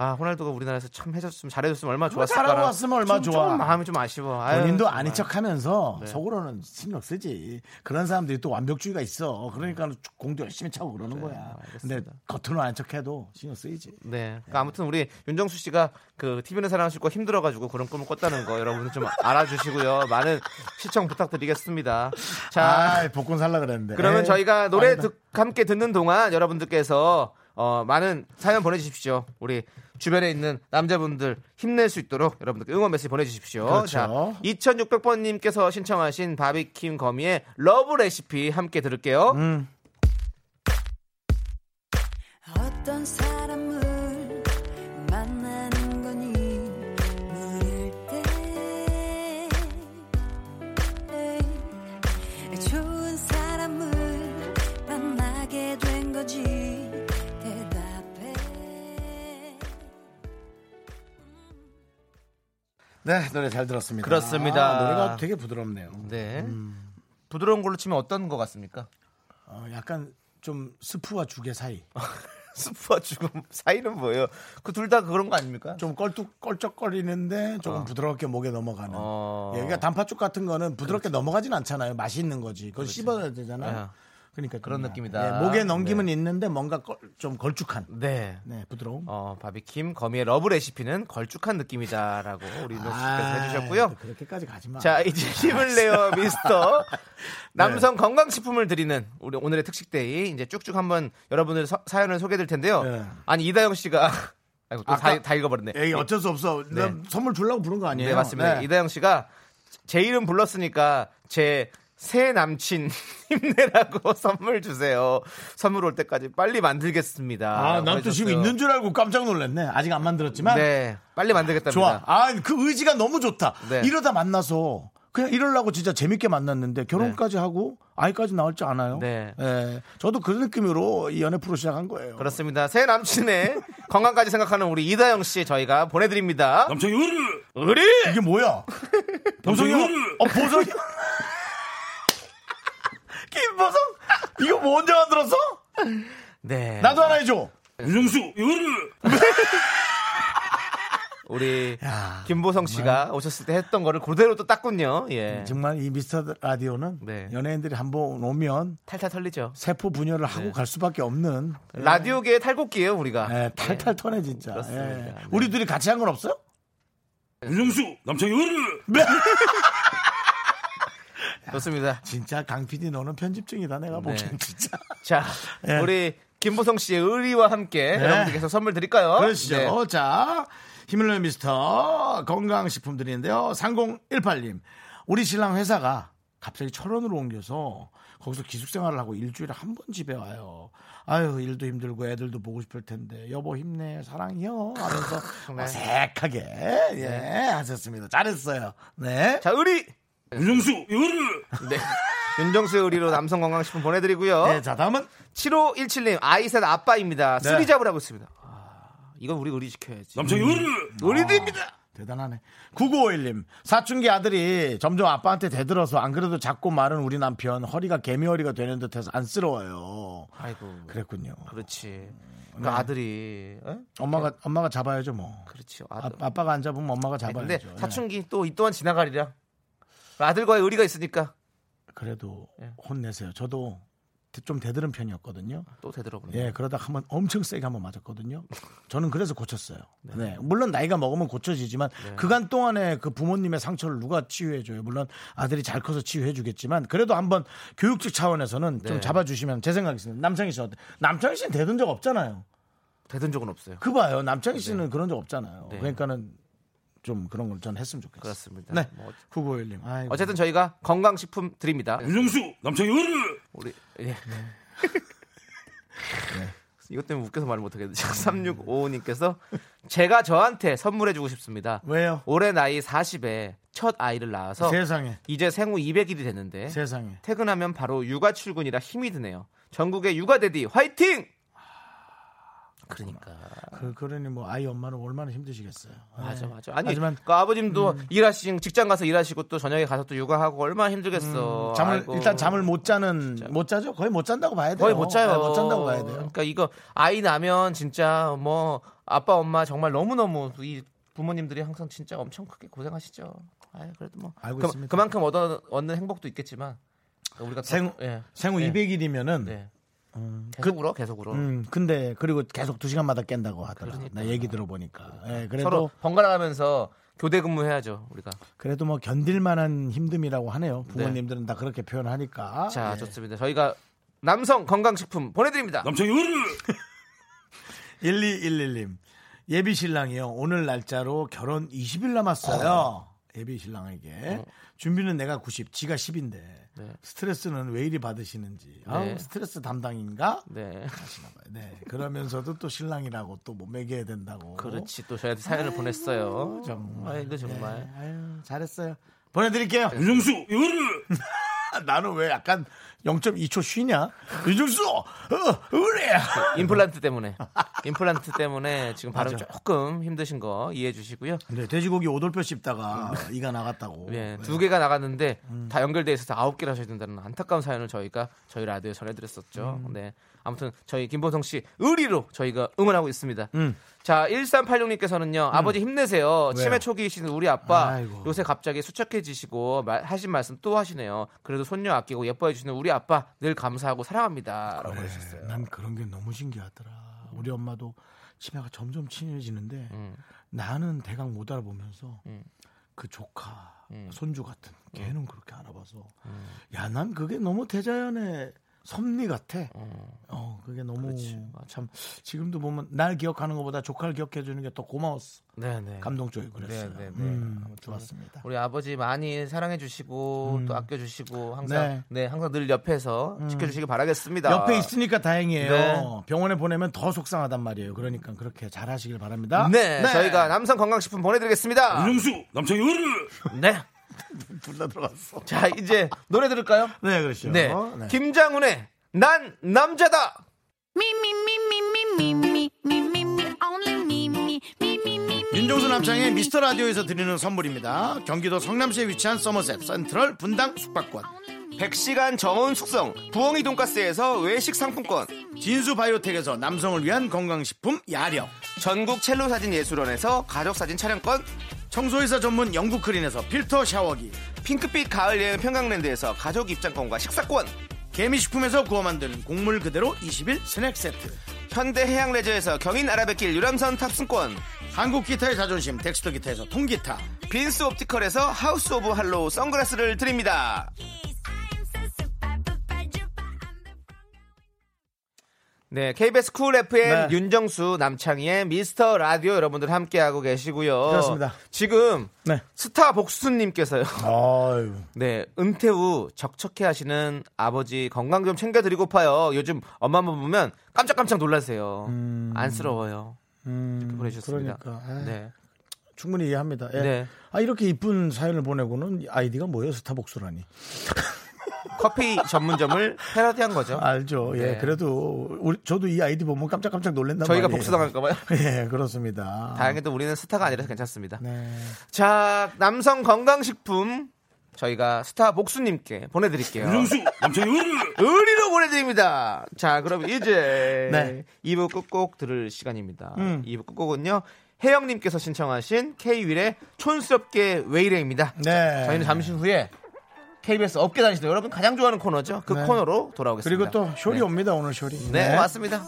[SPEAKER 2] 아, 호날두가 우리나라에서 참 해줬으면 잘해줬으면 얼마나 좋았을까.
[SPEAKER 1] 잘하고 왔으면 얼마나
[SPEAKER 2] 좀,
[SPEAKER 1] 좋아.
[SPEAKER 2] 좀 마음이 좀 아쉬워. 아유,
[SPEAKER 1] 본인도
[SPEAKER 2] 정말. 네.
[SPEAKER 1] 아닌 척하면서 속으로는 신경 쓰지. 그런 사람들이 또 완벽주의가 있어. 그러니까 공도 열심히 차고 그러는 거야. 근데
[SPEAKER 2] 음. 네, 알겠습니다.
[SPEAKER 1] 겉으로 아닌 척해도 신경 쓰이지.
[SPEAKER 2] 네. 그러니까 아무튼 우리 윤정수 씨가 그 TV는 사랑하실 거 힘들어가지고 그런 꿈을 꿨다는 거 여러분 좀 알아주시고요. 많은 시청 부탁드리겠습니다. 자,
[SPEAKER 1] 아, 복권 살라 그랬는데.
[SPEAKER 2] 네. 그러면
[SPEAKER 1] 에이,
[SPEAKER 2] 저희가 노래
[SPEAKER 1] 아니다.
[SPEAKER 2] 듣, 함께 듣는 동안 여러분들께서 어, 많은 사연 보내주십시오. 우리 주변에 있는 남자분들 힘낼 수 있도록 여러분들 응원 메시지 보내주십시오.
[SPEAKER 1] 그렇죠.
[SPEAKER 2] 자, 2600번님께서 신청하신 바비킴 거미의 러브 레시피 함께 들을게요.
[SPEAKER 1] 음.
[SPEAKER 5] 어떤 사람을 만나는 거니 모를 때 에이, 좋은 사람을 만나게 된 거지 대답해
[SPEAKER 1] 네, 노래 잘 들었습니다.
[SPEAKER 2] 그렇습니다.
[SPEAKER 1] 아, 노래가 되게 부드럽네요.
[SPEAKER 2] 네.
[SPEAKER 1] 음.
[SPEAKER 2] 부드러운 걸로 치면 어떤 것 같습니까? <laughs>
[SPEAKER 1] 어, 약간 좀 스프와 죽의 사이.
[SPEAKER 2] 스프와 죽음 사이는 뭐예요? 그 둘 다 그런 거 아닙니까?
[SPEAKER 1] 좀 껄뚝 껄쩍거리는데 조금 부드럽게 목에 넘어가는.
[SPEAKER 2] 어.
[SPEAKER 1] 예, 그러니까 단팥죽 같은 거는 부드럽게 넘어가진 않잖아요. 맛이 있는 거지. 그걸 씹어야 되잖아요.
[SPEAKER 2] 예.
[SPEAKER 1] 그러니까
[SPEAKER 2] 그런
[SPEAKER 1] 그냥,
[SPEAKER 2] 느낌이다.
[SPEAKER 1] 예, 목에 넘김은 있는데 뭔가 껄- 좀 걸쭉한.
[SPEAKER 2] 네.
[SPEAKER 1] 네, 부드러움.
[SPEAKER 2] 어, 바비킴 거미의 러브 레시피는 걸쭉한 느낌이다라고 우리 노씨께서
[SPEAKER 1] 아,
[SPEAKER 2] 해주셨고요.
[SPEAKER 1] 또 그렇게까지 가지 마.
[SPEAKER 2] 아. 자, 이제
[SPEAKER 1] <laughs>
[SPEAKER 2] 힘을 내요,
[SPEAKER 1] 네.
[SPEAKER 2] 미스터. 남성 건강식품을 드리는 우리 오늘의 특식데이 이제 쭉쭉 한번 여러분들 서- 사연을 소개해 드릴 텐데요.
[SPEAKER 1] 네.
[SPEAKER 2] 아니, 이다영 씨가 <laughs> 아이고, 또 다,
[SPEAKER 1] 아까-
[SPEAKER 2] 다 읽어버렸네.
[SPEAKER 1] 에이, 어쩔 수 없어. 나
[SPEAKER 2] 네.
[SPEAKER 1] 선물 주려고 부른 거 아니에요?
[SPEAKER 2] 네, 맞습니다. 이다영 씨가 제 이름 불렀으니까 제 새 남친 <laughs> 힘내라고 <laughs> 선물 주세요. 선물 올 때까지 빨리 만들겠습니다.
[SPEAKER 1] 아, 난 또 지금 있는 줄 알고 깜짝 놀랐네. 아직 안 만들었지만.
[SPEAKER 2] 네, 빨리 만들겠답니다.
[SPEAKER 1] 좋아. 아, 그 의지가 너무 좋다.
[SPEAKER 2] 네.
[SPEAKER 1] 이러다 만나서 그냥 이러려고 진짜 재밌게 만났는데 결혼까지 하고 아이까지 나올 줄 아나요?
[SPEAKER 2] 네.
[SPEAKER 1] 예, 저도 그런 느낌으로 이 연애 프로 시작한 거예요.
[SPEAKER 2] 그렇습니다. 새 남친의 <laughs> 건강까지 생각하는 우리 이다영 씨 저희가 보내드립니다.
[SPEAKER 6] 남창이 으르
[SPEAKER 2] 의리!
[SPEAKER 1] 이게
[SPEAKER 2] <laughs>
[SPEAKER 1] 뭐야? 보성이 형.
[SPEAKER 2] 음.
[SPEAKER 1] 어, 보성이 형. 김보성? 이거 뭐 언제 만들었어?
[SPEAKER 2] 네.
[SPEAKER 1] 나도 하나 해줘.
[SPEAKER 6] 윤정수 으르
[SPEAKER 2] 우리
[SPEAKER 1] 야,
[SPEAKER 2] 김보성 씨가 오셨을 때 했던 거를 그대로 또 땄군요. 예.
[SPEAKER 1] 정말 이 미스터 라디오는
[SPEAKER 2] 네.
[SPEAKER 1] 연예인들이 한번 오면
[SPEAKER 2] 탈탈 털리죠.
[SPEAKER 1] 세포 분열을
[SPEAKER 2] 네.
[SPEAKER 1] 하고 갈 수밖에 없는
[SPEAKER 2] 라디오계의 탈곡기예요 우리가.
[SPEAKER 1] 예, 탈탈 음. 터네 진짜.
[SPEAKER 2] 네. 그렇습니다.
[SPEAKER 1] 예.
[SPEAKER 2] 네.
[SPEAKER 1] 우리 둘이 같이 한 건 없어요?
[SPEAKER 6] 윤정수 남창이 으르
[SPEAKER 2] 좋습니다.
[SPEAKER 1] 진짜 강 PD 너는 편집증이다 내가 보기엔 진짜.
[SPEAKER 2] 자,
[SPEAKER 1] 예.
[SPEAKER 2] 우리 김보성 씨의 의리와 함께 여러분들께서 선물 드릴까요?
[SPEAKER 1] 네. 그러시죠. 어.
[SPEAKER 2] 네.
[SPEAKER 1] 자, 힘을 내요 미스터 건강식품 드리는데요. 3018님. 우리 신랑 회사가 갑자기 철원으로 옮겨서 거기서 기숙생활을 하고 일주일에 한 번 집에 와요. 아유 일도 힘들고 애들도 보고 싶을 텐데 여보 힘내 사랑해요 하면서 어색하게 예 하셨습니다. 잘했어요. 네.
[SPEAKER 2] 자, 의리.
[SPEAKER 6] 윤정수 으르
[SPEAKER 2] 네. <laughs> 윤정수의 의리로 남성 건강식품 보내드리고요.
[SPEAKER 1] 네, 자 다음은
[SPEAKER 2] 7517님 아이셋 아빠입니다.
[SPEAKER 1] 네.
[SPEAKER 2] 쓰리잡을 하고 있습니다. 아, 이건 우리 의리 지켜야지.
[SPEAKER 6] 남창이 으르
[SPEAKER 2] 의리입니다.
[SPEAKER 1] 대단하네. 9951님, 사춘기 아들이 점점 아빠한테 대들어서 안 그래도 작고 마른 우리 남편 허리가 개미허리가 되는 듯해서 안쓰러워요.
[SPEAKER 2] 아이고.
[SPEAKER 1] 그랬군요.
[SPEAKER 2] 그렇지.
[SPEAKER 1] 네.
[SPEAKER 2] 그러니까 아들이 어?
[SPEAKER 1] 엄마가 엄마가 잡아야죠 뭐.
[SPEAKER 2] 그렇지.
[SPEAKER 1] 아,
[SPEAKER 2] 아들.
[SPEAKER 1] 빠가안 잡으면 엄마가
[SPEAKER 2] 아니, 근데
[SPEAKER 1] 잡아야죠. 예.
[SPEAKER 2] 사춘기 또 이 또한 지나가리라. 아들과의 의리가 있으니까
[SPEAKER 1] 예. 그래도
[SPEAKER 2] 예.
[SPEAKER 1] 혼내세요. 저도 대- 좀 대들은 편이었거든요.
[SPEAKER 2] 또 되더라고요.
[SPEAKER 1] 예, 그러다 한번 엄청 세게 한번
[SPEAKER 2] <laughs>
[SPEAKER 1] 맞았거든요. 저는 그래서 고쳤어요. 네. 물론 나이가 먹으면 고쳐지지만
[SPEAKER 2] 네.
[SPEAKER 1] 그간 동안에 그 부모님의 상처를 누가 치유해 줘요. 물론 아들이 잘 커서 치유해 주겠지만 그래도 한번 교육직 차원에서는 좀
[SPEAKER 2] 네.
[SPEAKER 1] 잡아 주시면 제 생각이 있습니다. 남창희 씨는 어때? 남창희 씨는 대든 적 없잖아요.
[SPEAKER 2] 되던 적은 없어요.
[SPEAKER 1] 그 봐요. 남창희 씨는 그런 적 없잖아요.
[SPEAKER 2] 네.
[SPEAKER 1] 그러니까는 좀 그런 걸 전 했으면 좋겠어요.
[SPEAKER 2] 그렇습니다.
[SPEAKER 1] 네.
[SPEAKER 2] 뭐
[SPEAKER 1] 9951님. 아이고.
[SPEAKER 2] 어쨌든 저희가 건강식품 드립니다.
[SPEAKER 1] 예.
[SPEAKER 6] 윤정수 남창이 으르
[SPEAKER 2] 우리 예.
[SPEAKER 1] 네.
[SPEAKER 2] <laughs> 이것 때문에 웃겨서 말을
[SPEAKER 1] 음.
[SPEAKER 2] 못하겠는데 3655님께서 제가 저한테 선물해주고 싶습니다.
[SPEAKER 1] 왜요?
[SPEAKER 2] 올해 나이 40에 첫 아이를 낳아서
[SPEAKER 1] 세상에.
[SPEAKER 2] 이제 생후 200일이 됐는데
[SPEAKER 1] 세상에.
[SPEAKER 2] 퇴근하면 바로 육아 출근이라 힘이 드네요. 전국의 육아 대디 화이팅! 그러니까
[SPEAKER 1] 아, 그 그러니 뭐 아이 엄마는 얼마나 힘드시겠어요. 네.
[SPEAKER 2] 맞아 맞아. 아니
[SPEAKER 1] 하지만 음.
[SPEAKER 2] 그 아버님도 일하시고 직장 가서 일하시고 또 저녁에 가서 또 육아하고 얼마나 힘들겠어.
[SPEAKER 1] 음, 잠을
[SPEAKER 2] 아이고.
[SPEAKER 1] 일단 잠을 못 자는 못 자죠. 거의 못 잔다고 봐야 돼요.
[SPEAKER 2] 거의 못 자요.
[SPEAKER 1] 네, 못 잔다고 봐야 돼요.
[SPEAKER 2] 그러니까 이거 아이 나면 진짜 뭐 아빠 엄마 정말 너무 너무 이 부모님들이 항상 진짜 엄청 크게 고생하시죠. 아 그래도 뭐
[SPEAKER 1] 알고 있습니다.
[SPEAKER 2] 그만큼 얻어 얻는 행복도 있겠지만 우리가 더-
[SPEAKER 1] 생-
[SPEAKER 2] 예.
[SPEAKER 1] 생후
[SPEAKER 2] 네.
[SPEAKER 1] 200일이면은
[SPEAKER 2] 네. 계속 울어 계속 울어.
[SPEAKER 1] 음 근데 그리고 계속 2 시간마다 깬다고 하더라.
[SPEAKER 2] 그러니까.
[SPEAKER 1] 나 얘기 들어보니까. 예, 그래도
[SPEAKER 2] 네. 서로 번갈아가면서 교대 근무해야죠 우리가.
[SPEAKER 1] 그래도 뭐 견딜만한 힘듦이라고 하네요. 부모님들은 다 그렇게 표현하니까.
[SPEAKER 2] 자
[SPEAKER 1] 예.
[SPEAKER 2] 좋습니다. 저희가 남성 건강식품 보내드립니다.
[SPEAKER 6] 남창이 으르
[SPEAKER 1] 1211님. 예비 신랑이요. 오늘 날짜로 결혼 20일 남았어요.
[SPEAKER 2] 아.
[SPEAKER 1] 예비
[SPEAKER 2] 네.
[SPEAKER 1] 신랑에게 준비는 내가 90, 지가 10인데 스트레스는 왜 이리 받으시는지.
[SPEAKER 2] 네.
[SPEAKER 1] 아우 스트레스 담당인가?
[SPEAKER 2] 네.
[SPEAKER 1] 하시나 봐요. 네. 그러면서도 또 신랑이라고 또 못 매겨야 된다고.
[SPEAKER 2] 그렇지 또 저희한테 사연을 보냈어요.
[SPEAKER 1] 정말.
[SPEAKER 2] 아이고 정말.
[SPEAKER 1] 네, 아유, 잘했어요. 보내드릴게요. 윤정수, 으르! <laughs> 나는 왜 약간 0.2초 쉬냐? 윤정수, 어, 으, 으레!
[SPEAKER 2] 임플란트 때문에 임플란트 때문에 지금 발음
[SPEAKER 1] 맞아.
[SPEAKER 2] 조금 힘드신 거 이해해 주시고요.
[SPEAKER 1] 네, 돼지고기 오돌뼈 씹다가 이가 나갔다고.
[SPEAKER 2] 예, 두 개가 나갔는데
[SPEAKER 1] 음.
[SPEAKER 2] 다 연결돼 있어서 아홉 개를 하셔야 된다는 안타까운 사연을 저희가 저희 라디오에 전해드렸었죠.
[SPEAKER 1] 음.
[SPEAKER 2] 네. 아무튼 저희 김보성 씨 의리로 저희가 응원하고 있습니다.
[SPEAKER 1] 음.
[SPEAKER 2] 자, 1386님께서는요. 아버지 힘내세요. 치매 초기이신 우리 아빠
[SPEAKER 1] 아이고.
[SPEAKER 2] 요새 갑자기 수척해지시고 말- 하신 말씀 또 하시네요. 그래도 손녀 아끼고 예뻐해 주시는 우리 아빠 늘 감사하고 사랑합니다라고
[SPEAKER 1] 그래,
[SPEAKER 2] 하셨어요.
[SPEAKER 1] 네, 난 그런 게 너무 신기하더라. 우리 엄마도 치매가 점점 친해지는데
[SPEAKER 2] 음.
[SPEAKER 1] 나는 대강 못 알아보면서 그 조카,
[SPEAKER 2] 음.
[SPEAKER 1] 손주 같은 걔는 그렇게 알아봐서 야, 난 그게 너무 대자연의 섭리 같아.
[SPEAKER 2] 음.
[SPEAKER 1] 어, 그게 너무 참 지금도 보면 날 기억하는 것보다 조카를 기억해 주는 게 더 고마웠어.
[SPEAKER 2] 네, 네.
[SPEAKER 1] 감동적이고 그랬어요.
[SPEAKER 2] 네, 네, 네.
[SPEAKER 1] 음, 좋았습니다.
[SPEAKER 2] 우리 아버지 많이 사랑해 주시고 또 아껴
[SPEAKER 1] 음. 네.
[SPEAKER 2] 주시고
[SPEAKER 1] 음.
[SPEAKER 2] 항상 네. 항상 늘 옆에서 지켜 주시길 바라겠습니다.
[SPEAKER 1] 옆에 있으니까 다행이에요.
[SPEAKER 2] 네.
[SPEAKER 1] 병원에 보내면 더 속상하단 말이에요. 그러니까 그렇게 잘 하시길 바랍니다.
[SPEAKER 2] 네, 저희가 남성 건강식품 보내드리겠습니다.
[SPEAKER 6] 윤정수 남창희 으르
[SPEAKER 2] 네.
[SPEAKER 1] <laughs> 불러 들어갔어.
[SPEAKER 2] 자, 이제 노래 들을까요?
[SPEAKER 1] 네, 그렇죠.
[SPEAKER 2] 네.
[SPEAKER 1] 네.
[SPEAKER 2] 김장훈의 난 남자다!
[SPEAKER 1] 윤종수 남창의 미스터 라디오에서 드리는 선물입니다. 경기도 성남시에 위치한 서머셋 센트럴 분당 숙박권,
[SPEAKER 2] 100시간 정원 숙성, 부엉이 돈가스에서 외식 상품권,
[SPEAKER 1] 진수 바이오텍에서 남성을 위한 건강식품 야력,
[SPEAKER 2] 전국 첼로 사진 예술원에서 가족 사진 촬영권,
[SPEAKER 1] 청소회사 전문 영국 크린에서 필터 샤워기,
[SPEAKER 2] 핑크빛 가을 여행 평강랜드에서 가족 입장권과 식사권,
[SPEAKER 1] 개미식품에서 구워 만든 곡물 그대로 20일 스낵 세트,
[SPEAKER 2] 현대 해양 레저에서 경인 아라뱃길 유람선 탑승권,
[SPEAKER 1] 한국 기타의 자존심 덱스터 기타에서 통기타,
[SPEAKER 2] 빈스 옵티컬에서 하우스 오브 할로우 선글라스를 드립니다. 네, KBS 쿨 FM
[SPEAKER 1] 네.
[SPEAKER 2] 윤정수 남창희의 미스터 라디오 여러분들 함께하고 계시고요.
[SPEAKER 1] 그렇습니다.
[SPEAKER 2] 지금
[SPEAKER 1] 네.
[SPEAKER 2] 스타 복수님께서요. <laughs>
[SPEAKER 1] 아유,
[SPEAKER 2] 네, 은퇴 후 적적해 하시는 아버지 건강 좀 챙겨드리고파요. 요즘 엄마만 보면 깜짝깜짝 놀라세요.
[SPEAKER 1] 음.
[SPEAKER 2] 안쓰러워요. 이렇게 보내주셨습니다.
[SPEAKER 1] 그러니까. 에이.
[SPEAKER 2] 네.
[SPEAKER 1] 충분히 이해합니다. 예.
[SPEAKER 2] 네.
[SPEAKER 1] 아 이렇게 이쁜 사연을 보내고는 아이디가 뭐예요? 스타벅스라니.
[SPEAKER 2] 커피 전문점을 패러디한 거죠.
[SPEAKER 1] 알죠. 예,
[SPEAKER 2] 네.
[SPEAKER 1] 그래도 우리, 저도 이 아이디 보면 깜짝깜짝 놀란단
[SPEAKER 2] 저희가
[SPEAKER 1] 말이에요.
[SPEAKER 2] 복수당할까봐요.
[SPEAKER 1] <laughs> 예, 그렇습니다.
[SPEAKER 2] 다행히도 우리는 스타가 아니라서 괜찮습니다.
[SPEAKER 1] 네.
[SPEAKER 2] 자, 남성 건강식품 저희가 스타 복수님께 보내드릴게요.
[SPEAKER 6] 윤정수 남창희 으르
[SPEAKER 2] 의리로 보내드립니다. 자, 그럼 이제
[SPEAKER 1] <laughs> 네.
[SPEAKER 2] 2부 끝곡 들을 시간입니다.
[SPEAKER 1] 음.
[SPEAKER 2] 2부 끝곡은요. 혜영님께서 신청하신 K-윌의 촌스럽게 왜 이래입니다.
[SPEAKER 1] 네.
[SPEAKER 2] 저희는 잠시 후에 KBS 업계 다니시는 여러분 가장 좋아하는 코너죠. 그
[SPEAKER 1] 네.
[SPEAKER 2] 코너로
[SPEAKER 1] 그리고
[SPEAKER 2] 돌아오겠습니다.
[SPEAKER 1] 또 쇼리
[SPEAKER 2] 네.
[SPEAKER 1] 옵니다 오늘 쇼리.
[SPEAKER 2] 네, 맞습니다.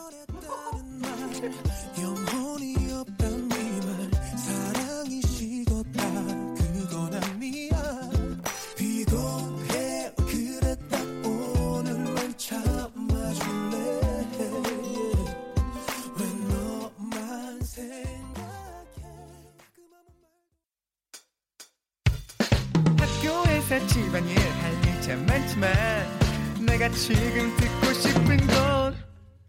[SPEAKER 7] 학교에서 집안일 할 일 참 많지만 내가 지금 듣고 싶은 건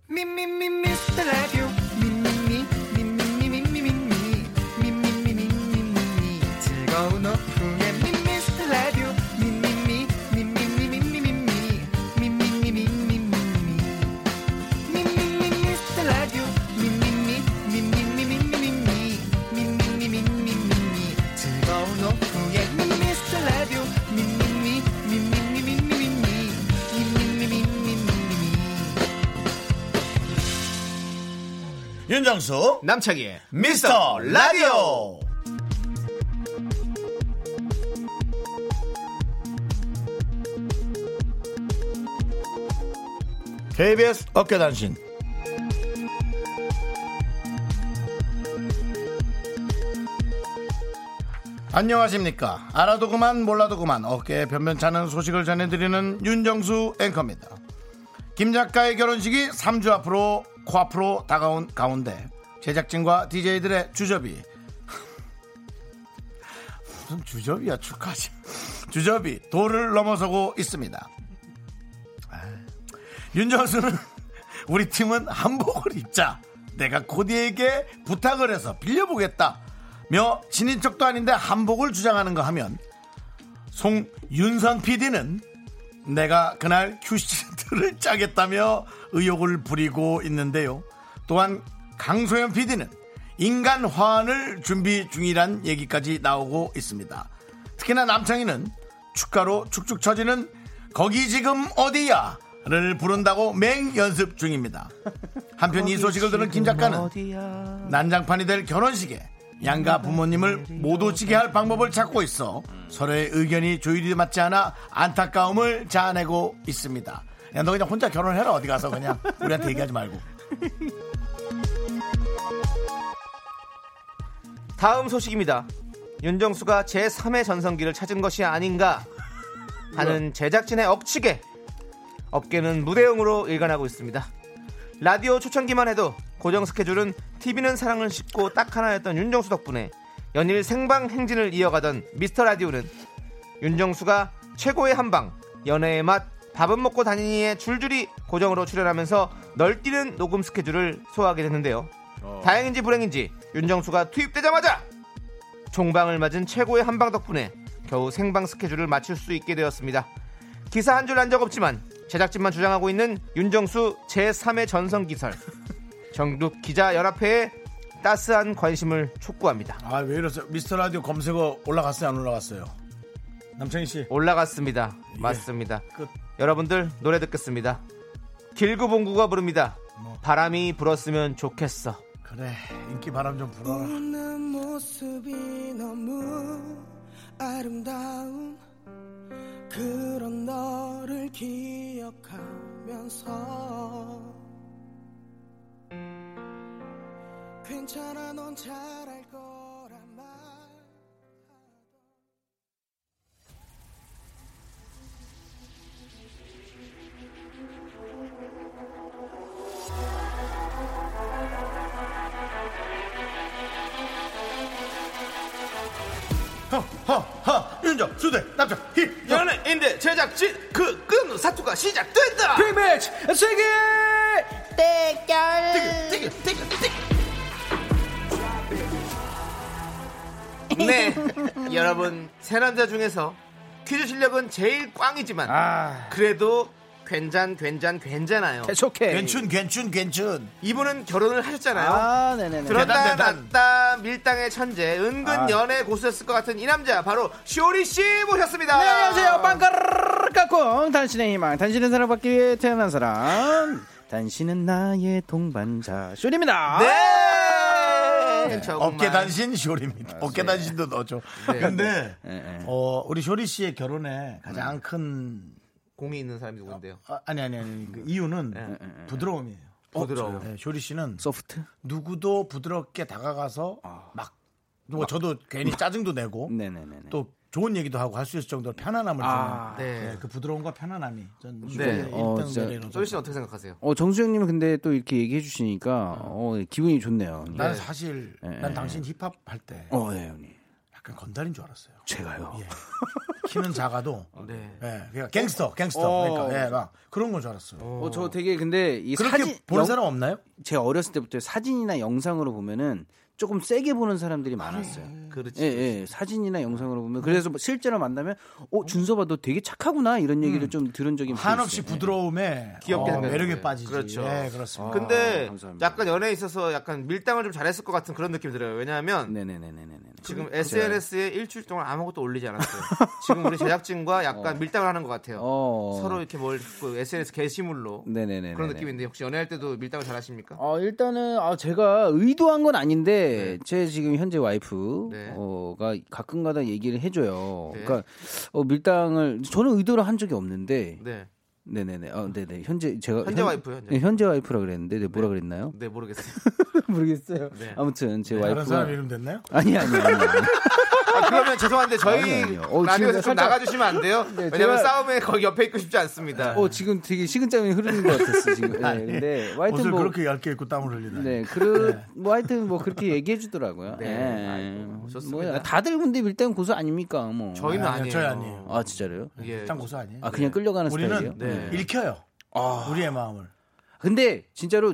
[SPEAKER 7] 미미미 미스터 라디오 미미미 미미미 미미미 미미미 미미미 즐거운 오후에 미스터 라디오 미미미 미미미 미미미 미미미 미미미
[SPEAKER 1] 윤정수
[SPEAKER 2] 남창희의
[SPEAKER 1] 미스터 라디오. KBS 어깨단신 안녕하십니까 알아도 그만 몰라도 그만 어깨에 변변찮은 소식을 전해드리는 윤정수 앵커입니다 김 작가의 결혼식이 3주 앞으로 코앞으로 다가온 가운데 제작진과 DJ들의 주접이 <laughs> 무슨 주접이야 축하지 주접이 도를 넘어서고 있습니다 아, 윤정수는 <laughs> 우리 팀은 한복을 입자 내가 코디에게 부탁을 해서 빌려보겠다 며 친인척도 아닌데 한복을 주장하는 거 하면 송윤선 PD는 내가 그날 큐시트를 <laughs> 짜겠다며 의욕을 부리고 있는데요. 또한 강소연 PD는 인간 화환을 준비 중이란 얘기까지 나오고 있습니다. 특히나 남창희는 축가로 축축 처지는 거기 지금 어디야를 부른다고 맹 연습 중입니다. 한편 이 소식을 들은 김 작가는 난장판이 될 결혼식에 양가 부모님을 못 오시게 할 방법을 찾고 있어 서로의 의견이 조율이 맞지 않아 안타까움을 자아내고 있습니다. 야, 너 그냥 혼자 결혼해라 어디 가서 그냥 우리한테 얘기하지 말고.
[SPEAKER 2] 다음 소식입니다. 윤정수가 제3의 전성기를 찾은 것이 아닌가 하는 제작진의 억측에 업계는 무대응으로 일관하고 있습니다. 라디오 초창기만 해도 고정 스케줄은 TV는 사랑을 싣고 딱 하나였던 윤정수 덕분에 연일 생방 행진을 이어가던 미스터 라디오는 윤정수가 최고의 한방, 연애의 맛, 밥은 먹고 다니니에 줄줄이 고정으로 출연하면서 널뛰는 녹음 스케줄을 소화하게 됐는데요. 어. 다행인지 불행인지 윤정수가 투입되자마자 종방을 맞은 최고의 한방 덕분에 겨우 생방 스케줄을 마칠 수 있게 되었습니다. 기사 한 줄 한 적 없지만 제작진만 주장하고 있는 윤정수 제3의 전성기설 전국 기자 연합회에 따스한 관심을 촉구합니다.
[SPEAKER 1] 아 왜 이러세요? 미스터 라디오 검색어 올라갔어요 안 올라갔어요? 남창희 씨.
[SPEAKER 2] 올라갔습니다. 맞습니다.
[SPEAKER 1] 끝.
[SPEAKER 2] 여러분들 노래 듣겠습니다. 길구봉구가 부릅니다. 바람이 불었으면 좋겠어.
[SPEAKER 1] 그래 인기 바람 좀 불어라.
[SPEAKER 8] 웃는 모습이 너무 아름다운 그런 너를 기억하면서 괜찮아 넌 잘할 거란 말
[SPEAKER 1] 허허 윤정 수대 남자 히
[SPEAKER 2] 연예인대 제작진 그 끊는 사투가 시작된다.
[SPEAKER 7] 빅매치 세계
[SPEAKER 1] 띠기 띠기
[SPEAKER 2] 네, 여러분 세 남자 중에서 퀴즈 실력은 제일 꽝이지만 그래도 괜찮 괜찮 괜찮아요.
[SPEAKER 7] 아. 계속해
[SPEAKER 1] 괜춘 괜춘 괜춘
[SPEAKER 2] 이분은 결혼을 하셨잖아요.
[SPEAKER 7] 아 네네네 아.
[SPEAKER 2] 들었다
[SPEAKER 1] 대단, 대단.
[SPEAKER 2] 놨다 밀당의 천재 은근 연애 고수였을 것 같은 이 남자 바로 쇼리 씨 모셨습니다.
[SPEAKER 7] 네, 안녕하세요. 빵가르까꿍 당신의 희망, 당신은 사랑받기 위해 태어난 사람, 당신은 나의 동반자 쇼리입니다.
[SPEAKER 2] 네. 저구만.
[SPEAKER 1] 어깨 단신 쇼리입니다. 어깨 단신도 넣어줘. 근데 어, 우리 쇼리 씨의 결혼에 가장 큰
[SPEAKER 2] 공이 있는 사람이 누군데요?
[SPEAKER 1] 아, 아니 아니 아니 그 이유는 부드러움이에요.
[SPEAKER 2] 부드러움.
[SPEAKER 1] 네, 쇼리 씨는
[SPEAKER 7] 소프트.
[SPEAKER 1] 누구도 부드럽게 다가가서 막 뭐, 저도 괜히 짜증도 내고
[SPEAKER 3] 음.
[SPEAKER 7] 네네네.
[SPEAKER 1] 또 좋은 얘기도 하고 할 수 있을 정도로 편안함을
[SPEAKER 7] 아,
[SPEAKER 1] 주는
[SPEAKER 2] 네.
[SPEAKER 1] 네, 그 부드러움과 편안함이 전
[SPEAKER 2] 네.
[SPEAKER 7] 어,
[SPEAKER 1] 1등 뭐
[SPEAKER 7] 진짜.
[SPEAKER 1] 내리는
[SPEAKER 2] 쇼리 씨는 어떻게 생각하세요?
[SPEAKER 7] 어 정수 형님은 근데 또 이렇게 얘기해 주시니까 어, 기분이 아, 좋네요. 형님.
[SPEAKER 1] 나는 사실 난 당신 힙합 할 때
[SPEAKER 7] 어, 네 형님.
[SPEAKER 1] 약간 건달인 줄 알았어요.
[SPEAKER 7] 제가요.
[SPEAKER 1] 예. 키는 작아도
[SPEAKER 2] 네.
[SPEAKER 1] 예, 그러니까 갱스터, 갱스터.
[SPEAKER 7] 어.
[SPEAKER 1] 그러니까 예, 막 그런 건 줄 알았어요.
[SPEAKER 7] 어, 저 되게 근데 이
[SPEAKER 1] 그렇게
[SPEAKER 7] 사진
[SPEAKER 1] 보는
[SPEAKER 7] 영-
[SPEAKER 1] 사람 없나요?
[SPEAKER 7] 제가 어렸을 때부터 사진이나 영상으로 보면은 조금 세게 보는 사람들이 많았어요.
[SPEAKER 2] 그렇지.
[SPEAKER 7] 예, 예, 사진이나 영상으로 보면 그래서 뭐 실제로 만나면 어 준서봐 너 되게 착하구나 이런 얘기를 좀 들은 적이
[SPEAKER 1] 한없이
[SPEAKER 7] 있어요.
[SPEAKER 1] 부드러움에
[SPEAKER 2] 귀엽게
[SPEAKER 1] 어,
[SPEAKER 2] 생겼네.
[SPEAKER 1] 매력에 빠지지.
[SPEAKER 2] 그렇죠.
[SPEAKER 1] 예, 그렇습니다.
[SPEAKER 2] 근데
[SPEAKER 7] 아, 감사합니다.
[SPEAKER 2] 약간 연애에 있어서 약간 밀당을 좀 잘했을 것 같은 그런 느낌이 들어요. 왜냐하면
[SPEAKER 7] 네네네네네. 그렇죠.
[SPEAKER 2] 지금 SNS에 일주일 동안 아무것도 올리지 않았어요. 지금
[SPEAKER 7] <laughs>
[SPEAKER 2] 우리 제작진과 약간 밀당을 하는 것 같아요.
[SPEAKER 7] 어.
[SPEAKER 2] 서로 이렇게 뭘 그 SNS 게시물로
[SPEAKER 7] 네네네.
[SPEAKER 2] 그런 느낌인데 혹시 연애할 때도 밀당을 잘하십니까?
[SPEAKER 7] 어 일단은 아 제가 의도한 건 아닌데 제 지금 현재 와이프가 어,
[SPEAKER 2] 네.
[SPEAKER 7] 가끔가다 얘기를 해줘요.
[SPEAKER 2] 네.
[SPEAKER 7] 그러니까 어, 밀당을 저는 의도를 한 적이 없는데
[SPEAKER 2] 네,
[SPEAKER 7] 네네네. 어, 네네. 현재 제가
[SPEAKER 2] 현재
[SPEAKER 7] 현-
[SPEAKER 2] 와이프요, 현재
[SPEAKER 7] 네, 현재 와이프라 그랬는데 네, 뭐라 그랬나요?
[SPEAKER 2] 네 <laughs> 모르겠어요.
[SPEAKER 7] 모르겠어요.
[SPEAKER 2] 네.
[SPEAKER 7] 아무튼 제
[SPEAKER 1] 다른
[SPEAKER 7] 와이프가
[SPEAKER 1] 사람 이름 됐나요?
[SPEAKER 7] 아니 아니 아니. 아니.
[SPEAKER 2] 아, 그러면 죄송한데 저희
[SPEAKER 7] 아니요, 아니요. 어,
[SPEAKER 2] 라디오에서
[SPEAKER 7] 지금
[SPEAKER 2] 좀
[SPEAKER 7] 살짝-
[SPEAKER 2] 나가주시면 안 돼요?
[SPEAKER 7] 네,
[SPEAKER 2] 왜냐면
[SPEAKER 7] 제가-
[SPEAKER 2] 싸움에 거기 옆에 있고 싶지 <laughs> 않습니다.
[SPEAKER 7] 어 지금 되게 식은땀이 흐르는 것 같았어 지금.
[SPEAKER 2] 아,
[SPEAKER 7] 네, 근데 뭐 하여튼
[SPEAKER 1] 옷을
[SPEAKER 7] 뭐
[SPEAKER 1] 그렇게 얇게 입고 땀을 흘리나.
[SPEAKER 7] 네, 그뭐 하여튼 뭐 그렇게 얘기해 주더라고요.
[SPEAKER 2] 네,
[SPEAKER 7] 예.
[SPEAKER 2] 아이고, 좋습니다.
[SPEAKER 7] 뭐 다들 근데 일단 고수 아닙니까? 뭐.
[SPEAKER 2] 저희는
[SPEAKER 1] 아니요,
[SPEAKER 2] 아니에요.
[SPEAKER 1] 저희 아니에요.
[SPEAKER 7] 아 진짜로요?
[SPEAKER 2] 예.
[SPEAKER 1] 일단 고소 아니에요. 네.
[SPEAKER 7] 아 그냥 끌려가는 스타일이에요? 아.
[SPEAKER 1] 우리는
[SPEAKER 2] 네.
[SPEAKER 1] 읽혀요. 우리의 마음을.
[SPEAKER 7] 근데 진짜로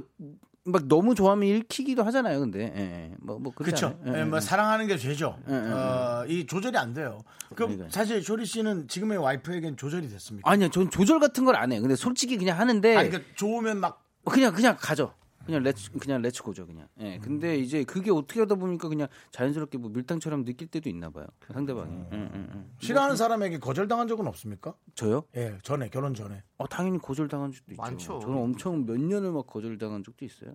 [SPEAKER 7] 막 너무 좋아하면 읽히기도 하잖아요. 근데 예, 예. 뭐, 뭐 그렇지
[SPEAKER 1] 그렇죠.
[SPEAKER 7] 않아요? 예,
[SPEAKER 1] 예, 뭐 사랑하는 게 죄죠.
[SPEAKER 7] 예, 예,
[SPEAKER 1] 어, 이 조절이 안 돼요. 그럼
[SPEAKER 7] 그러니까요.
[SPEAKER 1] 사실 쇼리 씨는 지금의 와이프에겐 조절이 됐습니까?
[SPEAKER 7] 아니요, 네. 전 조절 같은 걸 안 해. 요 근데 솔직히 그냥 하는데 어,
[SPEAKER 1] 아니 그러니까 좋으면 막
[SPEAKER 7] 그냥 그냥 가죠. 그냥 레츠 그냥 레츠 고죠 그냥. 예. 근데
[SPEAKER 1] 음.
[SPEAKER 7] 이제 그게 어떻게 하다 보니까 그냥 자연스럽게 뭐 밀당처럼 느낄 때도 있나 봐요. 상대방이.
[SPEAKER 1] 음.
[SPEAKER 7] 응, 응, 응.
[SPEAKER 1] 싫어하는 사람에게 거절당한 적은 없습니까?
[SPEAKER 7] 저요?
[SPEAKER 1] 예, 전에 결혼 전에.
[SPEAKER 7] 어 당연히 거절 당한 적도 있죠.
[SPEAKER 2] 많죠.
[SPEAKER 7] 저는 엄청 몇 년을 막 거절 당한 적도 있어요.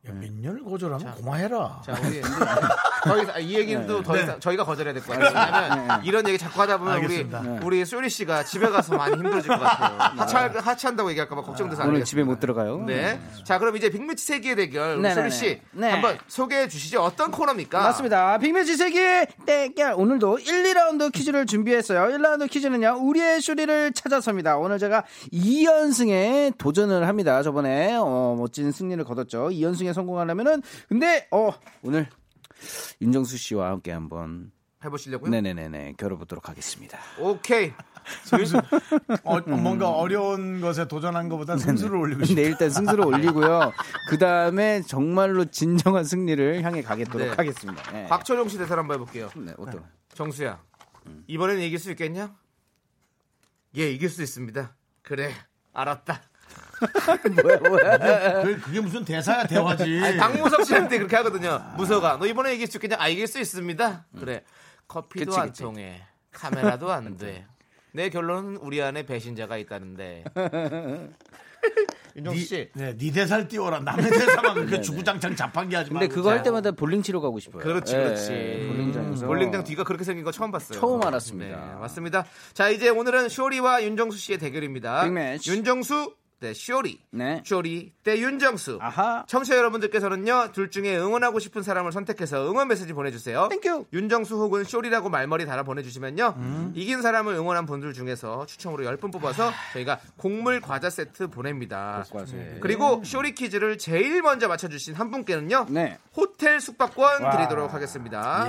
[SPEAKER 7] 네.
[SPEAKER 1] 야, 몇 년을 거절하면 고마해라. <laughs>
[SPEAKER 2] 자, 우리 더 이상- 이 얘기는 또더
[SPEAKER 7] 네.
[SPEAKER 2] 이상 저희가 거절해야 될 것 같아요. 왜냐면 이런 얘기 자꾸 하다 보면
[SPEAKER 1] 알겠습니다.
[SPEAKER 7] 네.
[SPEAKER 2] 우리 우리 쇼리 씨가 집에 가서 많이 힘들어질 것 같아요. 하차 하차한다고 얘기할까 봐 걱정돼서 안
[SPEAKER 7] 오늘
[SPEAKER 2] 하겠습니다.
[SPEAKER 7] 집에 못 들어가요.
[SPEAKER 2] 아, 네. 자, 그럼 이제 빅매치 세기의 대결 우리
[SPEAKER 7] 네네네.
[SPEAKER 2] 쇼리 씨
[SPEAKER 7] 네.
[SPEAKER 2] 한번 소개해 주시죠. 어떤 코너입니까?
[SPEAKER 7] 맞습니다. 빅매치 세계 대결 오늘도 1, 2라운드 퀴즈를 준비했어요. 1라운드 퀴즈는요. 우리의 쇼리를 찾아서입니다. 오늘 제가 2연승에 도전을 합니다. 저번에 어, 멋진 승리를 거뒀죠. 2연승에 성공하려면은 근데 어 오늘 윤정수 씨와 함께 한번
[SPEAKER 2] 해보시려고요.
[SPEAKER 7] 네네네네 겨뤄보도록 하겠습니다. <laughs>
[SPEAKER 2] 오케이.
[SPEAKER 1] 어, 뭔가 어려운 것에 도전한 것보다 승수를 올리고 싶다.
[SPEAKER 7] 네 일단 승수를 올리고요. 그 다음에 정말로 진정한 승리를 향해 가겠도록
[SPEAKER 2] 네. 아,
[SPEAKER 7] 하겠습니다. 네.
[SPEAKER 2] 박철용 씨 대사를 한번 해볼게요.
[SPEAKER 7] 네, 어떤?
[SPEAKER 2] 정수야, 이번에는 이길 수 있겠냐? 예, 이길 수 있습니다. 그래,
[SPEAKER 7] <laughs>
[SPEAKER 2] 알았다.
[SPEAKER 1] 그- 그게 무슨 대사야 대화지.
[SPEAKER 2] 아니, 박무석 씨한테 그렇게 하거든요. 무서가, 너 이번에 이길 수 있겠냐? 아, 이길 수 있습니다. 그래, 커피도
[SPEAKER 7] 음. 그치,
[SPEAKER 2] 안
[SPEAKER 7] 그치.
[SPEAKER 2] 통해, 카메라도 안
[SPEAKER 7] <laughs>
[SPEAKER 2] 돼. 내 결론은 우리 안에 배신자가 있다는데. 윤정수 씨,
[SPEAKER 1] 네, 네 대사를 띄워라. 남의 대사만 그렇게 주구장창 자판기 하지 마.
[SPEAKER 7] 네, 근데 그거 할 때마다 볼링 치러 가고 싶어요.
[SPEAKER 2] 그렇지,
[SPEAKER 7] 예,
[SPEAKER 2] 그렇지.
[SPEAKER 7] 예, 볼링장에서.
[SPEAKER 2] 볼링장 뒤가 그렇게 생긴 거 처음 봤어요.
[SPEAKER 7] 처음 알았습니다.
[SPEAKER 2] 네, 맞습니다. 자, 이제 오늘은 쇼리와 윤정수 씨의 대결입니다.
[SPEAKER 7] 빅매치.
[SPEAKER 2] 윤정수 대 쇼리.
[SPEAKER 7] 네.
[SPEAKER 2] 쇼리 대 윤정수.
[SPEAKER 7] 아하.
[SPEAKER 2] 청취자 여러분들께서는요, 둘 중에 응원하고 싶은 사람을 선택해서 응원 메시지 보내주세요.
[SPEAKER 7] 땡큐.
[SPEAKER 2] 윤정수 혹은 쇼리라고 말머리 달아 보내주시면요,
[SPEAKER 7] 음.
[SPEAKER 2] 이긴 사람을 응원한 분들 중에서 추첨으로 10분 뽑아서 저희가 곡물 과자 세트 보냅니다.
[SPEAKER 7] 네.
[SPEAKER 2] 그리고 쇼리 퀴즈를 제일 먼저 맞춰주신 한 분께는요,
[SPEAKER 7] 네.
[SPEAKER 2] 호텔 숙박권 드리도록 하겠습니다.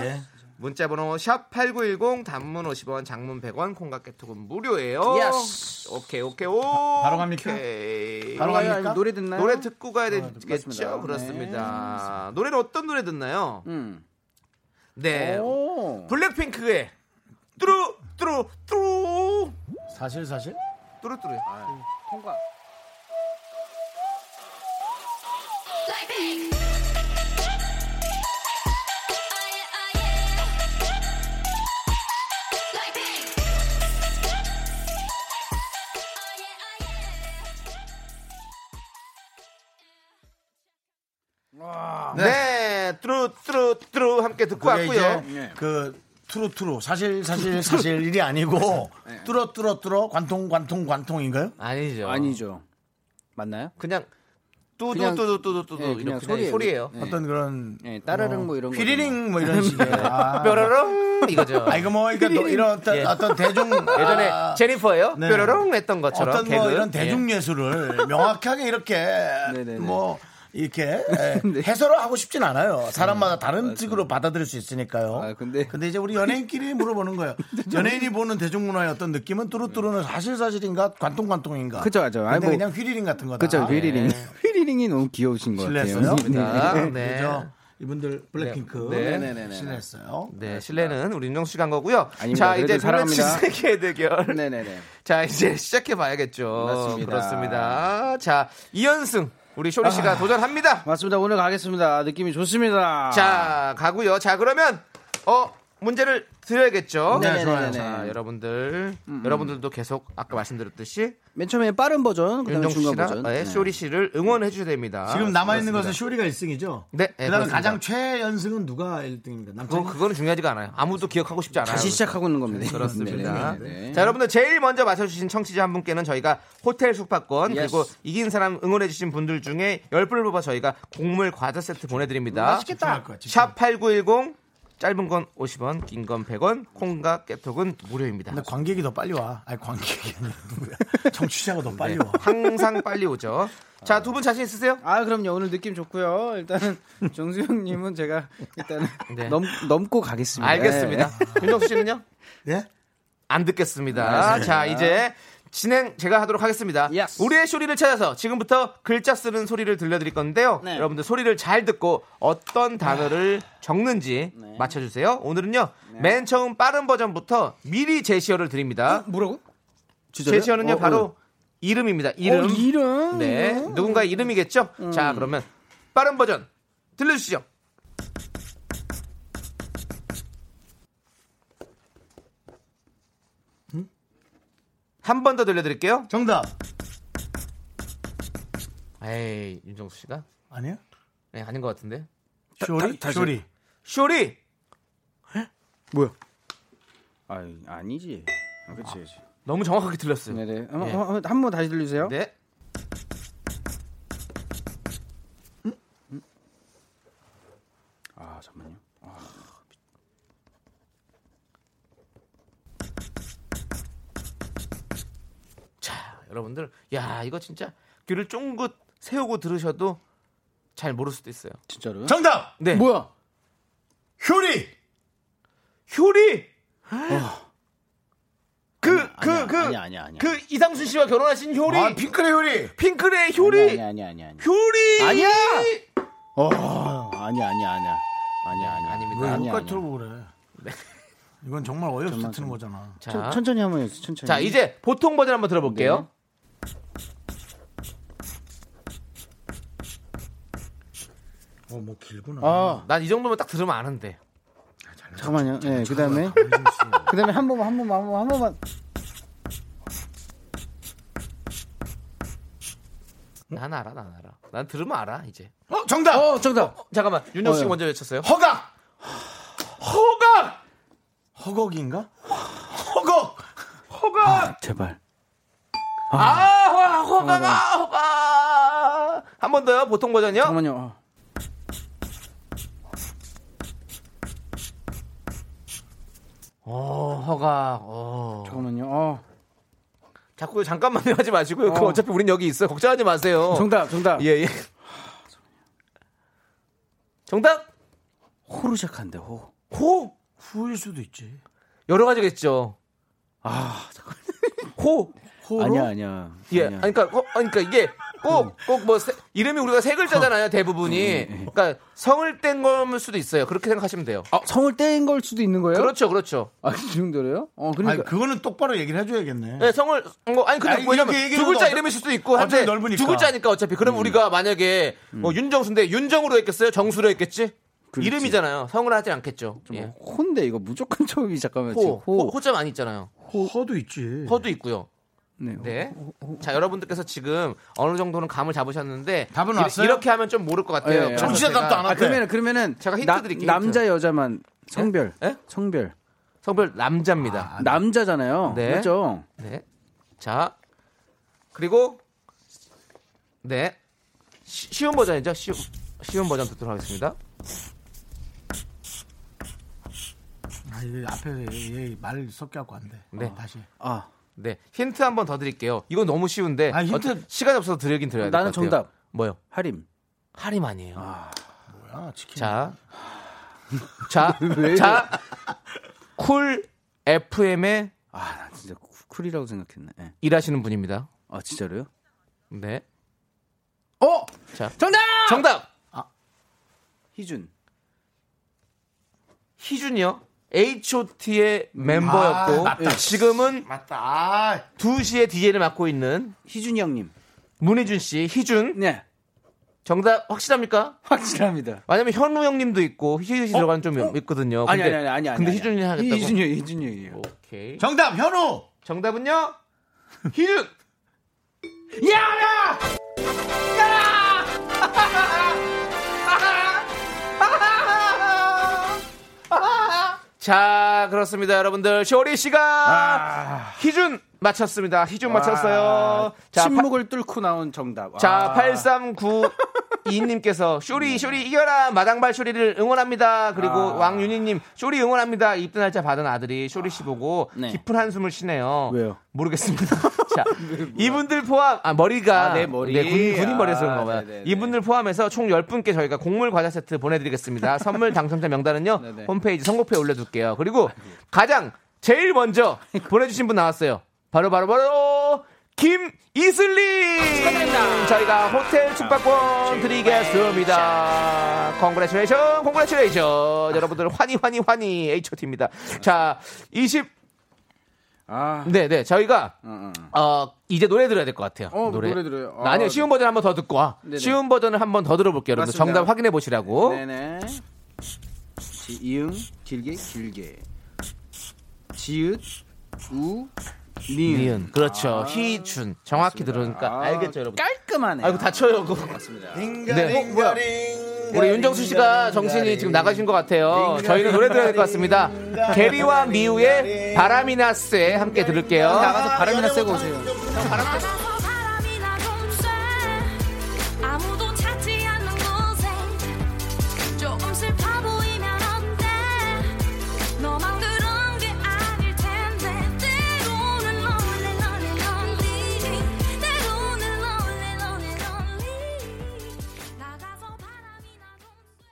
[SPEAKER 2] 문자번호 샵 8910 단문 50원 장문 100원 콩깍개톡은 무료예요.
[SPEAKER 7] 예스.
[SPEAKER 2] 오케이 오케이 오. 바로
[SPEAKER 1] 갑니까?
[SPEAKER 2] 바로
[SPEAKER 1] 바로
[SPEAKER 7] 아니, 아니,
[SPEAKER 1] 갑니까?
[SPEAKER 7] 노래 듣나요?
[SPEAKER 2] 노래 듣고 가야 되겠죠.
[SPEAKER 7] 맞습니다.
[SPEAKER 2] 그렇습니다. 노래는 어떤 노래 듣나요?
[SPEAKER 7] 음.
[SPEAKER 2] 네.
[SPEAKER 7] 오.
[SPEAKER 2] 블랙핑크의 뚜루 뚜루 뚜루
[SPEAKER 7] 그
[SPEAKER 1] 사실 사실
[SPEAKER 2] 뚜루 뚜루.
[SPEAKER 7] 통과.
[SPEAKER 2] 네. 뚜루 뚜루 뚜루 함께
[SPEAKER 1] 그게
[SPEAKER 2] 듣고 왔고요.
[SPEAKER 1] 이제 그 투로 투로 사실 사실 사실 일이 아니고
[SPEAKER 7] 네.
[SPEAKER 1] 뚫어 뚫어 뚫어 관통 관통 관통인가요?
[SPEAKER 2] 아니죠.
[SPEAKER 7] 아니죠. 맞나요? 그냥-
[SPEAKER 2] 그냥 뚜두 뚜두 뚜두 뚜두
[SPEAKER 7] 예, 그냥
[SPEAKER 2] 이렇게
[SPEAKER 7] 소리예요.
[SPEAKER 2] 그냥 소리예요.
[SPEAKER 7] 네.
[SPEAKER 1] 어떤 그런
[SPEAKER 7] 예, 따르릉 뭐 이런 거.
[SPEAKER 1] 휘리링 뭐 이런
[SPEAKER 7] <laughs>
[SPEAKER 1] 식의 아,
[SPEAKER 2] 뾰로롱 이거죠.
[SPEAKER 1] 아 이거 뭐 이거 너- 이런 어떤,
[SPEAKER 2] 예.
[SPEAKER 1] 어떤 대중
[SPEAKER 2] 예전에
[SPEAKER 1] 아,
[SPEAKER 2] 제니퍼예요.
[SPEAKER 1] 네.
[SPEAKER 2] 뾰로롱 했던 것처럼
[SPEAKER 1] 어떤 뭐
[SPEAKER 2] 개그.
[SPEAKER 1] 이런 대중 예술을 명확하게
[SPEAKER 2] <laughs>
[SPEAKER 1] 이렇게
[SPEAKER 7] 네네네.
[SPEAKER 1] 뭐 이렇게 예,
[SPEAKER 2] 네.
[SPEAKER 1] 해설을 하고 싶진 않아요.
[SPEAKER 2] 음,
[SPEAKER 1] 사람마다 다른 식으로 받아들일 수 있으니까요.
[SPEAKER 7] 아,
[SPEAKER 1] <laughs>
[SPEAKER 7] 근데-
[SPEAKER 1] 이제 우리 연예인끼리 물어보는
[SPEAKER 2] <laughs>
[SPEAKER 1] 거예요. 연예인이 보는 대중문화의 어떤 느낌은 뚜루뚜루는 사실 사실인가 관통 관통인가.
[SPEAKER 7] 그죠, 그죠. 아니,
[SPEAKER 1] 근데
[SPEAKER 7] 뭐-
[SPEAKER 1] 그냥 휘리링 같은 거다. 예.
[SPEAKER 7] 그죠, 아, 예. 휘리링. 휘리링이 너무 귀여우신 것 같아요.
[SPEAKER 1] 실례했어요.
[SPEAKER 2] 네. 네.
[SPEAKER 1] 아, 그죠. 이분들 블랙핑크
[SPEAKER 2] 네.
[SPEAKER 1] 실례했어요.
[SPEAKER 2] 네, 실내는 우리 윤정수 씨가 한 거고요.
[SPEAKER 7] 아닙니다.
[SPEAKER 2] 자, 이제
[SPEAKER 7] 그래도
[SPEAKER 2] 도매치
[SPEAKER 7] 사랑합니다.
[SPEAKER 2] 세계 대결.
[SPEAKER 7] 네네네.
[SPEAKER 2] 자, 이제 시작해 봐야겠죠.
[SPEAKER 7] 맞습니다.
[SPEAKER 2] 그렇습니다. 자, 2연승 우리 쇼리 씨가 도전합니다.
[SPEAKER 7] 맞습니다. 오늘 가겠습니다. 느낌이 좋습니다.
[SPEAKER 2] 자, 가고요. 자, 그러면 어 문제를 드려야겠죠.
[SPEAKER 7] 네, 좋아요.
[SPEAKER 2] 자, 여러분들, 여러분들도 계속 아까 말씀드렸듯이
[SPEAKER 7] 맨 처음에 빠른 버전, 그다음에
[SPEAKER 2] 윤정수
[SPEAKER 7] 중간
[SPEAKER 2] 씨나
[SPEAKER 7] 버전.
[SPEAKER 2] 네, 쇼리 씨를 응원해 주셔야 됩니다.
[SPEAKER 1] 지금 남아있는
[SPEAKER 2] 그렇습니다.
[SPEAKER 1] 것은 쇼리가 1승이죠.
[SPEAKER 2] 네, 네,
[SPEAKER 1] 그 다음에
[SPEAKER 2] 그렇습니다.
[SPEAKER 1] 가장 최연승은 누가 1등입니까?
[SPEAKER 2] 그거,
[SPEAKER 1] 남창이?
[SPEAKER 2] 그거는 중요하지가 않아요. 아무도 기억하고 싶지 않아요.
[SPEAKER 7] 다시 시작하고 있는 겁니다.
[SPEAKER 2] 그렇습니다.
[SPEAKER 7] 네네네.
[SPEAKER 2] 자, 여러분들 제일 먼저 맞춰주신 청취자 한 분께는 저희가 호텔 숙박권
[SPEAKER 7] Yes.
[SPEAKER 2] 그리고 이긴 사람 응원해주신 분들
[SPEAKER 7] 음,
[SPEAKER 2] 중에 10분을 뽑아 저희가 곡물 과자 세트 보내드립니다.
[SPEAKER 1] 집중할 거야, 집중.
[SPEAKER 2] 샵8910 짧은 건 50원, 긴 건 100원, 콩과 깨톡은 무료입니다.
[SPEAKER 1] 근데 관객이 더 빨리 와. 아니 관객이 아니라 누구야? 정취자가 더 빨리
[SPEAKER 2] 네.
[SPEAKER 1] 와.
[SPEAKER 2] 항상 빨리 오죠. 자, 두 분 자신 있으세요?
[SPEAKER 7] 아 그럼요 오늘 느낌 좋고요 일단은 <laughs> 정수영님은 제가 일단은
[SPEAKER 2] <laughs> 네.
[SPEAKER 7] 넘, 넘고 가겠습니다 <laughs> 네.
[SPEAKER 2] 알겠습니다. 윤정수 씨는요?
[SPEAKER 1] 예?
[SPEAKER 2] 안 듣겠습니다. 자, 이제 진행 제가 하도록 하겠습니다.
[SPEAKER 7] Yes.
[SPEAKER 2] 우리의 소리를 찾아서 지금부터 글자 쓰는 소리를 들려드릴 건데요.
[SPEAKER 7] 네.
[SPEAKER 2] 여러분들 소리를 잘 듣고 어떤 단어를 적는지
[SPEAKER 7] 네.
[SPEAKER 2] 맞춰주세요. 오늘은요, 맨 처음 빠른 버전부터 미리 제시어를 드립니다.
[SPEAKER 7] 뭐라고?
[SPEAKER 2] 제시어는요, 바로 이름입니다. 이름.
[SPEAKER 7] 이름 이름
[SPEAKER 2] 네. 누군가의 이름이겠죠? 자, 그러면 빠른 버전 들려주시죠. 음? 한 번 더 들려드릴게요.
[SPEAKER 1] 정답.
[SPEAKER 2] 에이, 윤정수 씨가?
[SPEAKER 1] 아니요?
[SPEAKER 2] 네, 아닌 것 같은데.
[SPEAKER 1] 쇼리? 쇼리.
[SPEAKER 2] 쇼리!
[SPEAKER 7] 아, 아니지 그렇지
[SPEAKER 2] 너무 정확하게 들렸어요. 네.
[SPEAKER 7] 네네 네. 한번 다시 들려주세요 아 잠만요
[SPEAKER 2] 자, 여러분들. 야, 이거 진짜 귀를 쫑긋 세우고 들으셔도 잘 모를 수도 있어요.
[SPEAKER 7] 진짜로요?
[SPEAKER 1] 정답.
[SPEAKER 2] 네.
[SPEAKER 7] 뭐야
[SPEAKER 1] 쇼리.
[SPEAKER 2] 효리! 그, 그,
[SPEAKER 7] 어. 아니야,
[SPEAKER 2] 그,
[SPEAKER 7] 아니야, 아니야, 아니야.
[SPEAKER 2] 그 이상순 씨와 결혼하신 효리!
[SPEAKER 1] 아, 핑클의 효리.
[SPEAKER 2] 핑클의 효리!
[SPEAKER 7] 아니야 아니야 아니야 아니야
[SPEAKER 2] 효리!
[SPEAKER 7] 아니야 어, 아니야 아니야 아니야 아니야 아니야
[SPEAKER 2] 아닙니다.
[SPEAKER 1] 왜
[SPEAKER 7] 아니야,
[SPEAKER 1] 이거까지
[SPEAKER 7] 아니야.
[SPEAKER 1] 틀고 그래? 이건 정말 어이없어 트는 거잖아.
[SPEAKER 2] 자,
[SPEAKER 7] 천- 천천히 네. 한번 해주세요 천천히
[SPEAKER 2] 자, 이제 보통 버전 한번 들어볼게요.
[SPEAKER 1] 어, 뭐 길구나.
[SPEAKER 7] 아
[SPEAKER 2] 난 이 정도면 딱 들으면 아는데.
[SPEAKER 7] 잠깐만요 예 그다음에 그다음에 한 번만 한 번만 한 번만 한 번만
[SPEAKER 2] 난 알아, 난 알아. 난 들으면 알아, 이제.
[SPEAKER 1] 어, 정답.
[SPEAKER 7] 어 정답
[SPEAKER 2] 잠깐만, 윤정 씨
[SPEAKER 7] 어, 예.
[SPEAKER 2] 먼저 외쳤어요.
[SPEAKER 1] 허각.
[SPEAKER 2] 허각!
[SPEAKER 1] 허걱인가? 허걱.
[SPEAKER 2] 허각!
[SPEAKER 7] 제발
[SPEAKER 2] 아, 허- 허각아, 허각! 한 번 더요, 보통 버전이요?
[SPEAKER 7] 잠깐만요 어.
[SPEAKER 2] 어, 허각, 어.
[SPEAKER 7] 잠깐만요 어
[SPEAKER 2] 자꾸 잠깐만요 하지 마시고요. 그
[SPEAKER 7] 어.
[SPEAKER 2] 어차피 우린 여기 있어요. 걱정하지 마세요.
[SPEAKER 7] 정답 정답
[SPEAKER 2] 예, 예. 정답!
[SPEAKER 7] 호로 시작한대 호
[SPEAKER 2] 호!
[SPEAKER 1] 후일 수도 있지.
[SPEAKER 2] 여러 가지겠죠.
[SPEAKER 7] 아,
[SPEAKER 2] 호!
[SPEAKER 7] 아니야 아니야
[SPEAKER 2] 예,
[SPEAKER 7] 아니야. 음.
[SPEAKER 2] 아니, 그러니까, 어, 아니, 그러니까 이게 꼭, 꼭 뭐, 세- 이름이 우리가 세 글자잖아요, 대부분이. 그러니까 성을 뗀 걸 수도 있어요. 그렇게 생각하시면 돼요.
[SPEAKER 7] 아, 성을 떼인 걸 수도 있는 거예요?
[SPEAKER 2] 그렇죠, 그렇죠.
[SPEAKER 7] 아, 그 정도로요? 어, 그러니까.
[SPEAKER 1] 아니 그거는 똑바로 얘기를 해줘야겠네.
[SPEAKER 2] 네, 성을, 뭐, 아니, 근데
[SPEAKER 1] 아니,
[SPEAKER 2] 뭐냐면
[SPEAKER 1] 이렇게 얘기하는
[SPEAKER 2] 두 글자
[SPEAKER 1] 것도
[SPEAKER 2] 이름일 수도 있고, 한데
[SPEAKER 1] 어차피 넓으니까. 음.
[SPEAKER 2] 두 글자니까 어차피. 그럼 우리가 만약에 뭐 윤정수인데 윤정으로 했겠어요? 정수로 했겠지?
[SPEAKER 7] 그렇지.
[SPEAKER 2] 이름이잖아요. 성을 하지 않겠죠. 예.
[SPEAKER 7] 혼데 이거 무조건 처음이 잠깐만
[SPEAKER 2] 호,
[SPEAKER 7] 지금 호.
[SPEAKER 2] 호, 호자 많이 있잖아요.
[SPEAKER 1] 허도 있지.
[SPEAKER 2] 허도 있고요.
[SPEAKER 7] 네.
[SPEAKER 2] 네. 자, 여러분들께서 지금 어느 정도는 감을 잡으셨는데
[SPEAKER 1] 답은
[SPEAKER 2] 이-
[SPEAKER 1] 왔어요?
[SPEAKER 2] 이렇게 하면 좀 모를 것 같아요.
[SPEAKER 7] 예, 예.
[SPEAKER 2] 그래서
[SPEAKER 1] 정치자
[SPEAKER 2] 제가
[SPEAKER 1] 답도 안
[SPEAKER 7] 아,
[SPEAKER 1] 왔대.
[SPEAKER 7] 그러면은 그러면은
[SPEAKER 2] 제가 힌트
[SPEAKER 7] 나-
[SPEAKER 2] 드릴게요,
[SPEAKER 7] 남자
[SPEAKER 2] 힌트.
[SPEAKER 7] 여자만 성별.
[SPEAKER 2] 예?
[SPEAKER 7] 성별.
[SPEAKER 2] 성별 남자입니다.
[SPEAKER 7] 남자잖아요. 그렇죠?
[SPEAKER 2] 네.
[SPEAKER 7] 맞죠?
[SPEAKER 2] 네. 자. 그리고 네. 쉬- 쉬운 버전이죠. 쉬운 쉬운 버전 듣도록 하겠습니다.
[SPEAKER 1] 아, 이거 앞에 얘 말 섞여 갖고 안 돼.
[SPEAKER 2] 네.
[SPEAKER 1] 어, 다시.
[SPEAKER 7] 아,
[SPEAKER 2] 네. 힌트 한 번 더 드릴게요. 이건 너무 쉬운데
[SPEAKER 1] 아, 힌트-
[SPEAKER 2] 어차피 시간이 없어서 드리긴 드려야 될것
[SPEAKER 7] 나는
[SPEAKER 2] 같아요.
[SPEAKER 7] 정답.
[SPEAKER 2] 뭐요?
[SPEAKER 7] 하림.
[SPEAKER 2] 하림 아니에요.
[SPEAKER 1] 뭐야 치킨.
[SPEAKER 2] 자.
[SPEAKER 7] <laughs>
[SPEAKER 2] 자. 자. 쿨 FM에
[SPEAKER 7] 아, 나 진짜 쿠- 쿨이라고 생각했네. 예.
[SPEAKER 2] 일하시는 분입니다.
[SPEAKER 7] 아, 진짜로요?
[SPEAKER 2] 네.
[SPEAKER 7] 어!
[SPEAKER 2] 자.
[SPEAKER 7] 정답!
[SPEAKER 2] 정답!
[SPEAKER 7] 희준.
[SPEAKER 2] 희준이요. H.O.T의 멤버였고
[SPEAKER 7] 아,
[SPEAKER 2] 지금은
[SPEAKER 1] 맞다. 아,
[SPEAKER 2] 2시에 DJ를 맡고 있는
[SPEAKER 7] 희준 형님.
[SPEAKER 2] 문희준 씨, 희준
[SPEAKER 7] 네.
[SPEAKER 2] 정답 확실합니까?
[SPEAKER 7] 확실합니다.
[SPEAKER 2] 왜냐면 현우 형님도 있고 희준 씨 들어가는 좀 있거든요.
[SPEAKER 7] 아니,
[SPEAKER 2] 근데-
[SPEAKER 7] 아니, 아니, 아니, 아니.
[SPEAKER 2] 근데
[SPEAKER 7] 아니.
[SPEAKER 2] 희준이 하겠다고.
[SPEAKER 7] 희준 형, 희준 형이에요.
[SPEAKER 2] 오케이.
[SPEAKER 1] 정답 현우.
[SPEAKER 2] 정답은요. 희준. 자, 그렇습니다, 여러분들. 쇼리 씨가 희준 맞췄습니다. 희준 맞췄어요. 자,
[SPEAKER 7] 아. 침묵을 뚫고 나온 정답.
[SPEAKER 2] 자, 839 이인님께서
[SPEAKER 7] 네.
[SPEAKER 2] 쇼리 쇼리 이겨라 마당발 쇼리를 응원합니다. 그리고
[SPEAKER 7] 아.
[SPEAKER 2] 왕윤희님 쇼리 응원합니다. 입대 날짜 받은 아들이 쇼리 씨 보고
[SPEAKER 7] 네.
[SPEAKER 2] 깊은 한숨을 쉬네요.
[SPEAKER 7] 왜요? <laughs>
[SPEAKER 2] 모르겠습니다. 자 이분들 포함 아 머리가 네,
[SPEAKER 7] 아, 내 머리.
[SPEAKER 2] 군, 군인 머리에서
[SPEAKER 7] 아,
[SPEAKER 2] 그런가 봐요.
[SPEAKER 7] 네네네.
[SPEAKER 2] 이분들 포함해서 총 10분께 저희가 곡물 과자 세트 <laughs> 보내드리겠습니다. 선물 당첨자 명단은요
[SPEAKER 7] 네네.
[SPEAKER 2] 홈페이지 선곡표에 올려둘게요. 그리고 가장 제일 먼저 보내주신 분 나왔어요. 바로 바로 바로 김이슬님 축하드립니다. 아, 저희가 호텔 숙박권 드리겠습니다. 콩그레츄레이션 콩그레츄레이션 여러분들 환희 환희 환희 H.O.T.입니다. 자 20...
[SPEAKER 7] 아,
[SPEAKER 2] 네네 저희가
[SPEAKER 7] 응, 응.
[SPEAKER 2] 어, 이제 노래 들어야 될 것 같아요.
[SPEAKER 7] 어, 노래 들어요. 아,
[SPEAKER 2] 아니요, 쉬운 버전 한번 더 듣고 와.
[SPEAKER 7] 네네.
[SPEAKER 2] 쉬운 버전을 한번 더 들어볼게요. 여러분
[SPEAKER 7] 맞습니다.
[SPEAKER 2] 정답 확인해 보시라고.
[SPEAKER 7] 네네. 지- 이응 길게 길게. 지읒 우 니은.
[SPEAKER 2] 니은. 그렇죠. 희춘. 정확히 들으니까
[SPEAKER 7] 아,
[SPEAKER 2] 알겠죠, 여러분.
[SPEAKER 7] 깔끔하네.
[SPEAKER 2] 아이고 다쳐요, 그거.
[SPEAKER 7] 맞습니다.
[SPEAKER 2] 네. 우리 윤정수 씨가 정신이 지금 나가신 것 같아요. 저희는 노래 들어야 될 것 같습니다. 게리와 미우의 바람이나스에 함께 들을게요.
[SPEAKER 7] 나가서 바람이나 쐬고 오세요.
[SPEAKER 4] 나가서 바람이 나좀 쐬. 아무도 찾지 않는 곳에 조금 슬퍼 보이면 어때? 너만 그런 게 아닐 텐데. 때로는 lonely, lonely, lonely. 때로는 lonely, lonely, lonely. 나가서 바람이 나좀 쐬.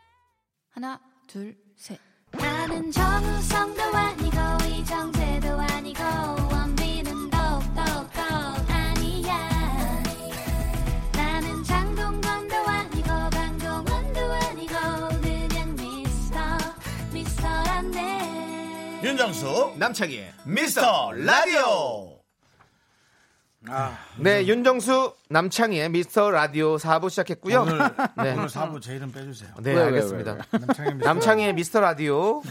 [SPEAKER 5] 하나, 둘, 셋.
[SPEAKER 4] 나는 정우성도 아니고 이정재도 아니고 원빈은 더욱더 아니야 나는 장동건도 아니고 강동원도 아니고 그냥 미스터 미스터란데
[SPEAKER 9] 윤정수
[SPEAKER 2] 남창희.
[SPEAKER 9] 미스터 라디오
[SPEAKER 7] 아,
[SPEAKER 2] 네, 윤정수 남창희의 미스터 라디오 4부 시작했고요.
[SPEAKER 1] 오늘
[SPEAKER 2] 네.
[SPEAKER 1] 오늘 사부 제 이름 빼주세요.
[SPEAKER 2] 네,
[SPEAKER 7] 왜,
[SPEAKER 2] 알겠습니다.
[SPEAKER 1] 남창입니다.
[SPEAKER 2] <laughs> 남창희의 미스터 라디오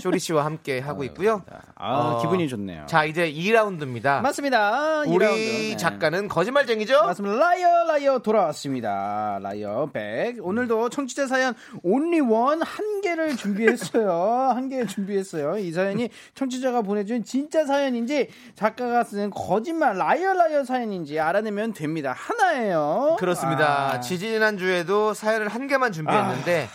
[SPEAKER 2] 쇼리 씨와 함께 하고 있고요.
[SPEAKER 7] 아,
[SPEAKER 2] 어,
[SPEAKER 7] 기분이 좋네요.
[SPEAKER 2] 자, 이제 2라운드입니다.
[SPEAKER 7] 맞습니다. 이 라운드.
[SPEAKER 2] 우리
[SPEAKER 7] 네.
[SPEAKER 2] 작가는 거짓말쟁이죠?
[SPEAKER 7] 맞습니다. 라이어 라이어 돌아왔습니다. 라이어 백. 오늘도 청취자 사연 온리 원 한 개를
[SPEAKER 2] <laughs>
[SPEAKER 7] 준비했어요. 한 개 준비했어요. 이 사연이 청취자가 보내준 진짜 사연인지 작가가 쓴 거짓말 라이어 라이어 사연인지 알아내면 됩니다. 하나예요.
[SPEAKER 2] 그렇습니다.
[SPEAKER 7] 아,
[SPEAKER 2] 지지난주에도 사연을 한 개만 준비했는데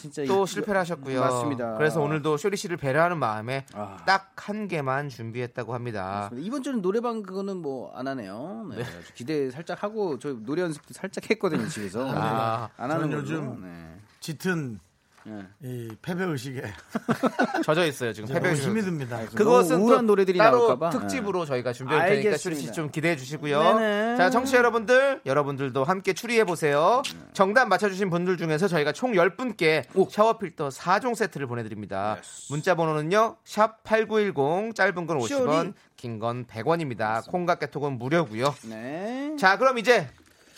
[SPEAKER 7] 진짜
[SPEAKER 2] 또
[SPEAKER 7] 네, 이-
[SPEAKER 2] 실패를 하셨고요.
[SPEAKER 7] 맞습니다.
[SPEAKER 2] 그래서 오늘도 쇼리 씨를 배려하는 마음에
[SPEAKER 7] 아.
[SPEAKER 2] 딱 한 개만 준비했다고 합니다.
[SPEAKER 7] 이번 주는 노래방 그거는 뭐 안 하네요. 네, 아주 기대 살짝 하고 저 노래 연습도 살짝 했거든요 집에서.
[SPEAKER 2] 아,
[SPEAKER 7] 안 하는
[SPEAKER 1] 저는
[SPEAKER 7] 걸로.
[SPEAKER 1] 요즘
[SPEAKER 7] 네.
[SPEAKER 1] 짙은
[SPEAKER 7] 네.
[SPEAKER 1] 이 패배 의식에
[SPEAKER 2] 젖어 있어요 지금
[SPEAKER 1] 너무
[SPEAKER 2] 패배
[SPEAKER 1] 힘이 듭니다.
[SPEAKER 2] 그것은
[SPEAKER 7] 너무
[SPEAKER 2] 또
[SPEAKER 7] 우울한 노래들이
[SPEAKER 2] 네, 따로
[SPEAKER 7] 나올까봐. 네.
[SPEAKER 2] 특집으로 저희가 준비할 테니까
[SPEAKER 7] 알겠습니다.
[SPEAKER 2] 쇼리 씨 좀 기대해 주시고요.
[SPEAKER 7] 네네.
[SPEAKER 2] 자, 청취자 여러분들, 여러분들도 함께 추리해 보세요.
[SPEAKER 7] 네.
[SPEAKER 2] 정답 맞춰 주신 분들 중에서 저희가 총 10분께 샤워 필터 4종 세트를 보내 드립니다. 문자 번호는요. 샵 8910 짧은 건 50원,
[SPEAKER 7] 쇼리.
[SPEAKER 2] 긴 건 100원입니다. 콩과 깨톡은 무료고요.
[SPEAKER 7] 네.
[SPEAKER 2] 자, 그럼 이제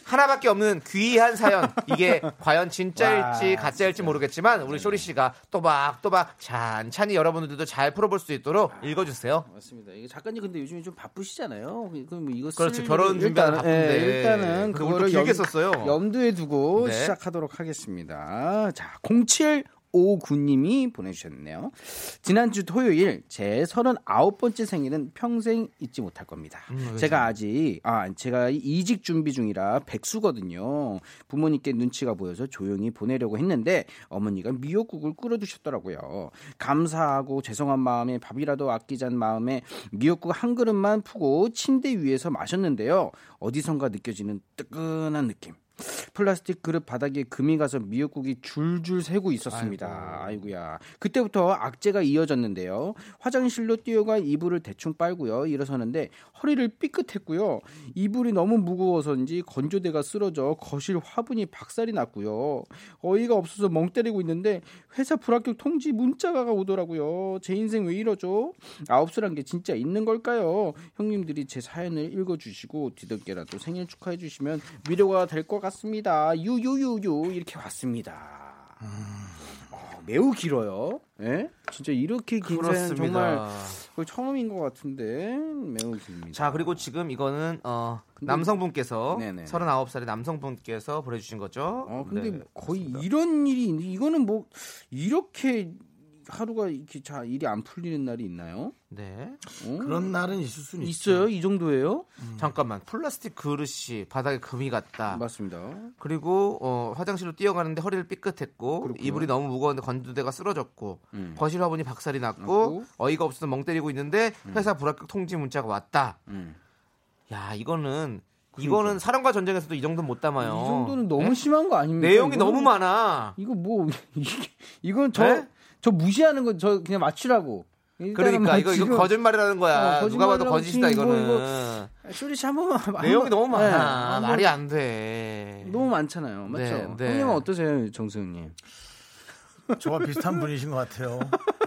[SPEAKER 2] 하나밖에 없는 귀한 사연. <laughs> 이게 과연 진짜일지
[SPEAKER 7] 와,
[SPEAKER 2] 가짜일지 모르겠지만 우리 쇼리 씨가 또박또박 찬찬히 여러분들도 잘 풀어볼 수 있도록 읽어주세요.
[SPEAKER 7] 맞습니다. 이게 작가님 근데 요즘에 좀 바쁘시잖아요. 그럼 이거 쓸
[SPEAKER 2] 그렇죠. 결혼
[SPEAKER 7] 일이
[SPEAKER 2] 준비하는
[SPEAKER 7] 일단은-
[SPEAKER 2] 바쁜데
[SPEAKER 7] 예, 일단은
[SPEAKER 2] 그걸 또
[SPEAKER 7] 그거를
[SPEAKER 2] 길게
[SPEAKER 7] 염-
[SPEAKER 2] 썼어요.
[SPEAKER 7] 염두에 두고
[SPEAKER 2] 네.
[SPEAKER 7] 시작하도록 하겠습니다. 자, 07 59님이 보내주셨네요. 지난주 토요일 제 39번째 생일은 평생 잊지 못할 겁니다. 제가 아직 아 제가 이직 준비 중이라 백수거든요. 부모님께 눈치가 보여서 조용히 보내려고 했는데 어머니가 미역국을 끓여두셨더라고요. 감사하고 죄송한 마음에 밥이라도 아끼자는 마음에 미역국 한 그릇만 푸고 침대 위에서 마셨는데요. 어디선가 느껴지는 뜨끈한 느낌. 플라스틱 그릇 바닥에 금이 가서 미역국이 줄줄 새고 있었습니다. 아이고. 야 그때부터 악재가 이어졌는데요. 화장실로 뛰어가 이불을 대충 빨고요. 일어서는데 허리를 삐끗했고요. 이불이 너무 무거워서인지 건조대가 쓰러져 거실 화분이 박살이 났고요. 어이가 없어서 멍 때리고 있는데 회사 불합격 통지 문자가 오더라고요. 제 인생 왜 이러죠? 아홉수란 게 진짜 있는 걸까요? 형님들이 제 사연을 읽어주시고 뒤늦게라도 생일 축하해주시면 위로가 될 것 같습니다. 유유유유 이렇게 왔습니다.
[SPEAKER 2] 음.
[SPEAKER 7] 어, 매우 길어요. 예? 진짜 이렇게 긴 사연 정말 거의 처음인 것 같은데 매우 깁니다.
[SPEAKER 2] 자, 그리고 지금 이거는 어, 남성분께서
[SPEAKER 7] 네네.
[SPEAKER 2] 39살의 남성분께서 보내주신 거죠.
[SPEAKER 7] 어 근데
[SPEAKER 2] 네.
[SPEAKER 7] 거의 이런 일이 있는데 이거는 뭐 이렇게 하루가 이렇게 잘 일이 안 풀리는 날이 있나요?
[SPEAKER 2] 네.
[SPEAKER 7] 어?
[SPEAKER 1] 그런 날은 있을 수는
[SPEAKER 7] 있어요? 이 정도예요?
[SPEAKER 2] 잠깐만. 플라스틱 그릇이 바닥에 금이 갔다.
[SPEAKER 7] 맞습니다.
[SPEAKER 2] 그리고 어, 화장실로 뛰어가는데 허리를 삐끗했고
[SPEAKER 7] 그렇구나.
[SPEAKER 2] 이불이 너무 무거웠는데 건조대가 쓰러졌고
[SPEAKER 7] 음.
[SPEAKER 2] 거실 화분이 박살이 났고
[SPEAKER 7] 났고.
[SPEAKER 2] 어이가 없어서 멍 때리고 있는데 회사 불합격 통지 문자가 왔다.
[SPEAKER 7] 음.
[SPEAKER 2] 야 이거는 이거는 사랑과 전쟁에서도 이 정도는 못
[SPEAKER 7] 그러니까. 이
[SPEAKER 2] 담아요.
[SPEAKER 7] 정도는 너무
[SPEAKER 2] 네?
[SPEAKER 7] 심한 거 아닙니까?
[SPEAKER 2] 내용이
[SPEAKER 7] 이거는-
[SPEAKER 2] 너무 많아.
[SPEAKER 7] 이거 뭐 <laughs> 이게- 이건 저 저
[SPEAKER 2] 네?
[SPEAKER 7] 무시하는 거 저 그냥 맞추라고. 일단은
[SPEAKER 2] 그러니까 이거 이거
[SPEAKER 7] 맞추고-
[SPEAKER 2] 거짓말이라는 거야.
[SPEAKER 7] 어,
[SPEAKER 2] 누가 봐도
[SPEAKER 7] 거짓말이라고
[SPEAKER 2] 거짓이다
[SPEAKER 7] 지금 뭐
[SPEAKER 2] 이거는.
[SPEAKER 7] 쇼리 씨 한번
[SPEAKER 2] 내용이 너무 많아. 말이
[SPEAKER 7] 안
[SPEAKER 2] 안 돼.
[SPEAKER 7] 너무 많잖아요. 맞죠?
[SPEAKER 2] 네, 네.
[SPEAKER 7] 형님은 어떠세요, 정수영님?
[SPEAKER 1] 저와 비슷한 분이신 것 같아요.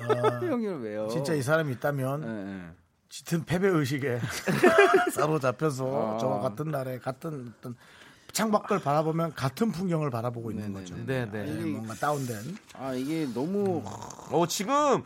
[SPEAKER 1] 아,
[SPEAKER 7] 형님은 왜요?
[SPEAKER 1] 진짜 이 사람이 있다면
[SPEAKER 2] 네.
[SPEAKER 7] 예, 예.
[SPEAKER 1] 짙은 패배
[SPEAKER 2] <laughs>
[SPEAKER 1] 의식에 사로잡혀서
[SPEAKER 2] 아.
[SPEAKER 1] 저와 같은 날에 같은 어떤 창밖을 바라보면 같은 풍경을 바라보고 있는 거죠.
[SPEAKER 2] 네, 네.
[SPEAKER 1] 네, 뭔가 다운된.
[SPEAKER 7] 아 이게 너무
[SPEAKER 2] 어 지금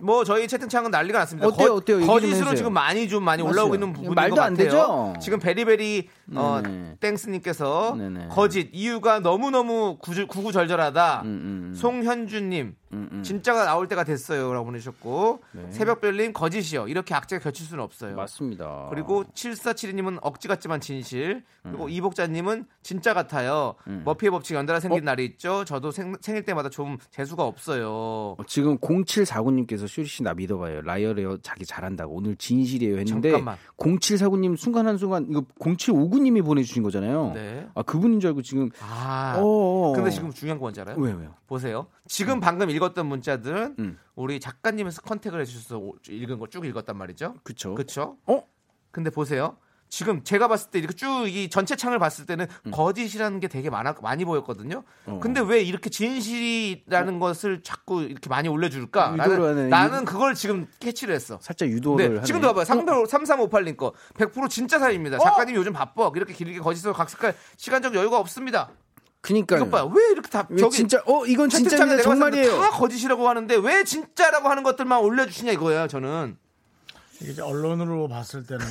[SPEAKER 2] 뭐 저희 채팅창은 난리가 났습니다.
[SPEAKER 7] 어때요? 어때요? 얘기 좀
[SPEAKER 2] 거짓으로
[SPEAKER 7] 해주세요.
[SPEAKER 2] 지금 많이 좀 많이 올라오고 있는 부분인
[SPEAKER 7] 말도
[SPEAKER 2] 것
[SPEAKER 7] 안
[SPEAKER 2] 같아요.
[SPEAKER 7] 되죠? 음,
[SPEAKER 2] 지금 베리베리 어,
[SPEAKER 7] 네네.
[SPEAKER 2] 땡스님께서
[SPEAKER 7] 네네.
[SPEAKER 2] 거짓 이유가 너무 너무 구구절절하다.
[SPEAKER 7] 음,
[SPEAKER 2] 송현주님 진짜가 나올 때가 됐어요라고 보내셨고 새벽별님 거짓이요 이렇게 악재가 겹칠 수는 없어요.
[SPEAKER 7] 네. 음. 맞습니다.
[SPEAKER 2] 그리고 7472님은 억지 같지만 진실.
[SPEAKER 7] 음.
[SPEAKER 2] 그리고 이복자님은 진짜 같아요. 머피의 법칙 연달아 생긴
[SPEAKER 7] 어?
[SPEAKER 2] 날이 있죠. 저도 생, 일 때마다 좀 재수가 없어요.
[SPEAKER 7] 어, 지금 0749님께서 쇼리 씨 나 믿어봐요. 라이어래요. 자기 잘한다고. 오늘 진실이에요 했는데
[SPEAKER 2] 잠깐만.
[SPEAKER 7] 0749님 순간 한 순간 이거 0759님이 보내주신 거잖아요.
[SPEAKER 2] 네.
[SPEAKER 7] 아 그분인 줄 알고 지금
[SPEAKER 2] 아.
[SPEAKER 7] 어어어.
[SPEAKER 2] 근데 지금 중요한 거 뭔지 알아요?
[SPEAKER 7] 왜요 왜요?
[SPEAKER 2] 보세요. 지금 방금 읽었던 문자들은
[SPEAKER 7] 음.
[SPEAKER 2] 우리 작가님에서 컨택을 해주셔서 오- 읽은 거 쭉 읽었단 말이죠.
[SPEAKER 7] 그쵸.
[SPEAKER 2] 그쵸?
[SPEAKER 7] 어?
[SPEAKER 2] 근데 보세요. 지금 제가 봤을 때 이렇게 쭉 이 전체 창을 봤을 때는
[SPEAKER 7] 음.
[SPEAKER 2] 거짓이라는 게 되게 많아 많이 보였거든요.
[SPEAKER 7] 어.
[SPEAKER 2] 근데 왜 이렇게 진실이라는 것을 자꾸 이렇게 많이 올려줄까?
[SPEAKER 7] 의도를
[SPEAKER 2] 나는,
[SPEAKER 7] 하네.
[SPEAKER 2] 나는 그걸 지금 캐치를 했어.
[SPEAKER 7] 살짝
[SPEAKER 2] 네,
[SPEAKER 7] 유도를 하네. 어?
[SPEAKER 2] 지금도 봐봐요. 3358님 거. 100% 진짜 사입니다. 작가님 요즘 바빠. 이렇게 길게 거짓으로 각색할 시간적 여유가 없습니다.
[SPEAKER 7] 그니까
[SPEAKER 2] 이것 봐요. 왜 이렇게 다
[SPEAKER 7] 왜
[SPEAKER 2] 저기
[SPEAKER 7] 진짜 어 이건 진짜입니다.
[SPEAKER 2] 채팅창에 내가 봤을 때
[SPEAKER 7] 정말이에요.
[SPEAKER 2] 다 거짓이라고 하는데 왜 진짜라고 하는 것들만 올려주시냐 이거예요. 저는
[SPEAKER 1] 이게 이제 언론으로 봤을
[SPEAKER 2] <laughs>
[SPEAKER 1] 때는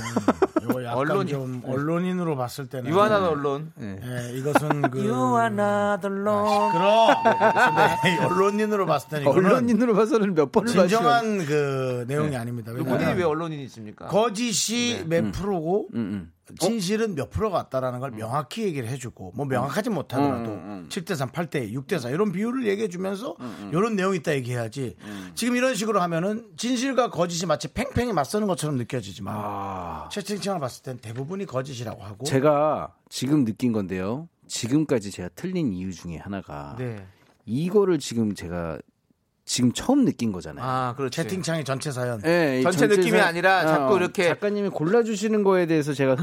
[SPEAKER 1] 이거 약간
[SPEAKER 2] 언론이- 네.
[SPEAKER 1] 좀 언론인으로 봤을 때는
[SPEAKER 2] 유한한 언론.
[SPEAKER 1] 예, 이것은 그 아,
[SPEAKER 2] 유한한 언론.
[SPEAKER 1] 그럼
[SPEAKER 2] 네.
[SPEAKER 1] 근데 이 언론인으로 봤을 때는 이거는
[SPEAKER 7] 언론인으로 봐서는 몇 번을 봤어요.
[SPEAKER 1] 진정한 그 내용이
[SPEAKER 2] 네.
[SPEAKER 1] 아닙니다.
[SPEAKER 2] 본인이
[SPEAKER 1] 왜냐면
[SPEAKER 2] 왜 언론인이십니까?
[SPEAKER 1] 거짓이
[SPEAKER 2] 네.
[SPEAKER 1] 몇 프로고
[SPEAKER 2] 음. 어?
[SPEAKER 1] 진실은 몇 프로 같다라는 걸 명확히 얘기를 해주고 뭐 명확하지
[SPEAKER 2] 음.
[SPEAKER 1] 못하더라도 7대 3, 8대 2, 6대 4 이런 비율을 얘기해 주면서
[SPEAKER 2] 음,
[SPEAKER 1] 이런 내용이 있다 얘기해야지 지금 이런 식으로 하면은 진실과 거짓이 마치 팽팽히 맞서는 것처럼 느껴지지만
[SPEAKER 2] 아.
[SPEAKER 1] 채팅창을 봤을 땐 대부분이 거짓이라고
[SPEAKER 2] 뭐?
[SPEAKER 1] 하고
[SPEAKER 7] 아, 제가 지금 느낀 건데요. 지금까지 제가 틀린 이유 중에 하나가
[SPEAKER 2] 네.
[SPEAKER 7] 이거를 지금 제가 지금 처음 느낀 거잖아요.
[SPEAKER 2] 아, 그렇지.
[SPEAKER 1] 채팅창의 전체 사연
[SPEAKER 7] 예, 이 어,
[SPEAKER 2] 전체 느낌이 아니라 자꾸 이렇게-
[SPEAKER 7] 작가님이 골라주시는 거에 대해서 제가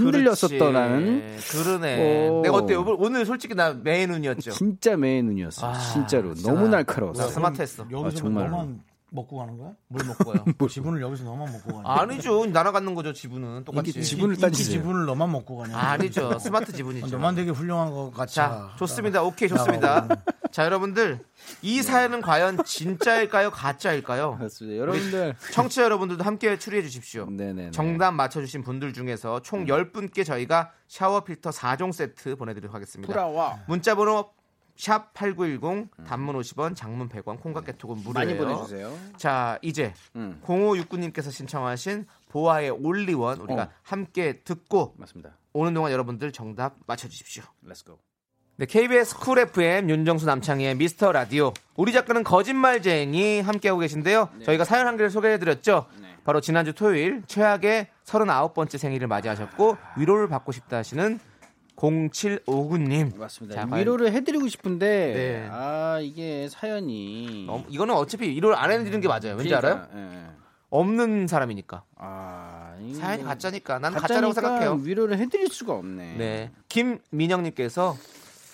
[SPEAKER 7] 흔들렸었더라는
[SPEAKER 2] 그렇지. 그러네.
[SPEAKER 7] 오.
[SPEAKER 2] 내가 어때요? 오늘 솔직히 나 매의 눈이었죠.
[SPEAKER 7] 진짜 매의 눈이었어요.
[SPEAKER 2] 아,
[SPEAKER 7] 진짜로
[SPEAKER 2] 진짜
[SPEAKER 7] 너무
[SPEAKER 2] 나-
[SPEAKER 7] 날카로웠어요.
[SPEAKER 2] 나뭐 스마트했어.
[SPEAKER 1] 뭐 여기서
[SPEAKER 7] 아, 정말로. 뭐.
[SPEAKER 1] 너만 먹고 가는 거야?
[SPEAKER 2] 뭘 먹고요?
[SPEAKER 1] 지분을 여기서 너만 먹고 가냐?
[SPEAKER 2] 아니죠. 날아가는 거죠. 지분은 똑같이.
[SPEAKER 7] 이게 지분을
[SPEAKER 1] 인기
[SPEAKER 7] 따지세요.
[SPEAKER 1] 지분을 너만 먹고 가냐?
[SPEAKER 2] 아니죠. 스마트 지분이죠.
[SPEAKER 1] 너만 되게 훌륭한 것 같이.
[SPEAKER 2] 자, 좋습니다. 오케이, 좋습니다.
[SPEAKER 1] 나가고.
[SPEAKER 7] 음.
[SPEAKER 2] 자, 여러분들
[SPEAKER 7] 네.
[SPEAKER 2] 이 사연은 과연 진짜일까요, 가짜일까요?
[SPEAKER 7] 맞습니다. 여러분들
[SPEAKER 2] 청취자 여러분들도 함께 추리해 주십시오.
[SPEAKER 7] <laughs> 네네 음.
[SPEAKER 2] 정답 맞춰주신 분들 중에서 총 10분께 저희가 샤워 필터 4종 세트 보내드리도록 하겠습니다.
[SPEAKER 7] 돌아와.
[SPEAKER 2] 문자번호 샵 8910 단문 50원 장문 100원 콩깍 개톡은
[SPEAKER 7] 음.
[SPEAKER 2] 무료예요.
[SPEAKER 7] 네. 많이 보내주세요.
[SPEAKER 2] 자 이제
[SPEAKER 7] 음.
[SPEAKER 2] 0569님께서 신청하신 보아의 올리원 우리가
[SPEAKER 7] 어.
[SPEAKER 2] 함께 듣고
[SPEAKER 7] 맞습니다.
[SPEAKER 2] 오는 동안 여러분들 정답 맞춰주십시오.
[SPEAKER 7] Let's go.
[SPEAKER 2] 네, KBS 쿨 FM 윤정수 남창희의 미스터 라디오 우리 작가는 거짓말쟁이 함께하고 계신데요.
[SPEAKER 7] 네.
[SPEAKER 2] 저희가 사연 한 개를 소개해드렸죠. 바로 지난주 토요일 최악의 39번째 생일을 맞이하셨고 위로를 받고 싶다 하시는 0759님.
[SPEAKER 7] 맞습니다.
[SPEAKER 2] 자, 과연-
[SPEAKER 7] 위로를 해드리고 싶은데
[SPEAKER 2] 네.
[SPEAKER 7] 아 이게 사연이
[SPEAKER 2] 너무- 이거는 어차피 위로를 안 해드리는 게 맞아요. 왠지 알아요?
[SPEAKER 7] 그러니까, 예, 예.
[SPEAKER 2] 없는 사람이니까.
[SPEAKER 7] 아 이게
[SPEAKER 2] 사연이 가짜니까. 난
[SPEAKER 7] 가짜니까 음.
[SPEAKER 2] 가짜라고 생각해요.
[SPEAKER 7] 위로를 해드릴 수가 없네.
[SPEAKER 2] 네. 김민영님께서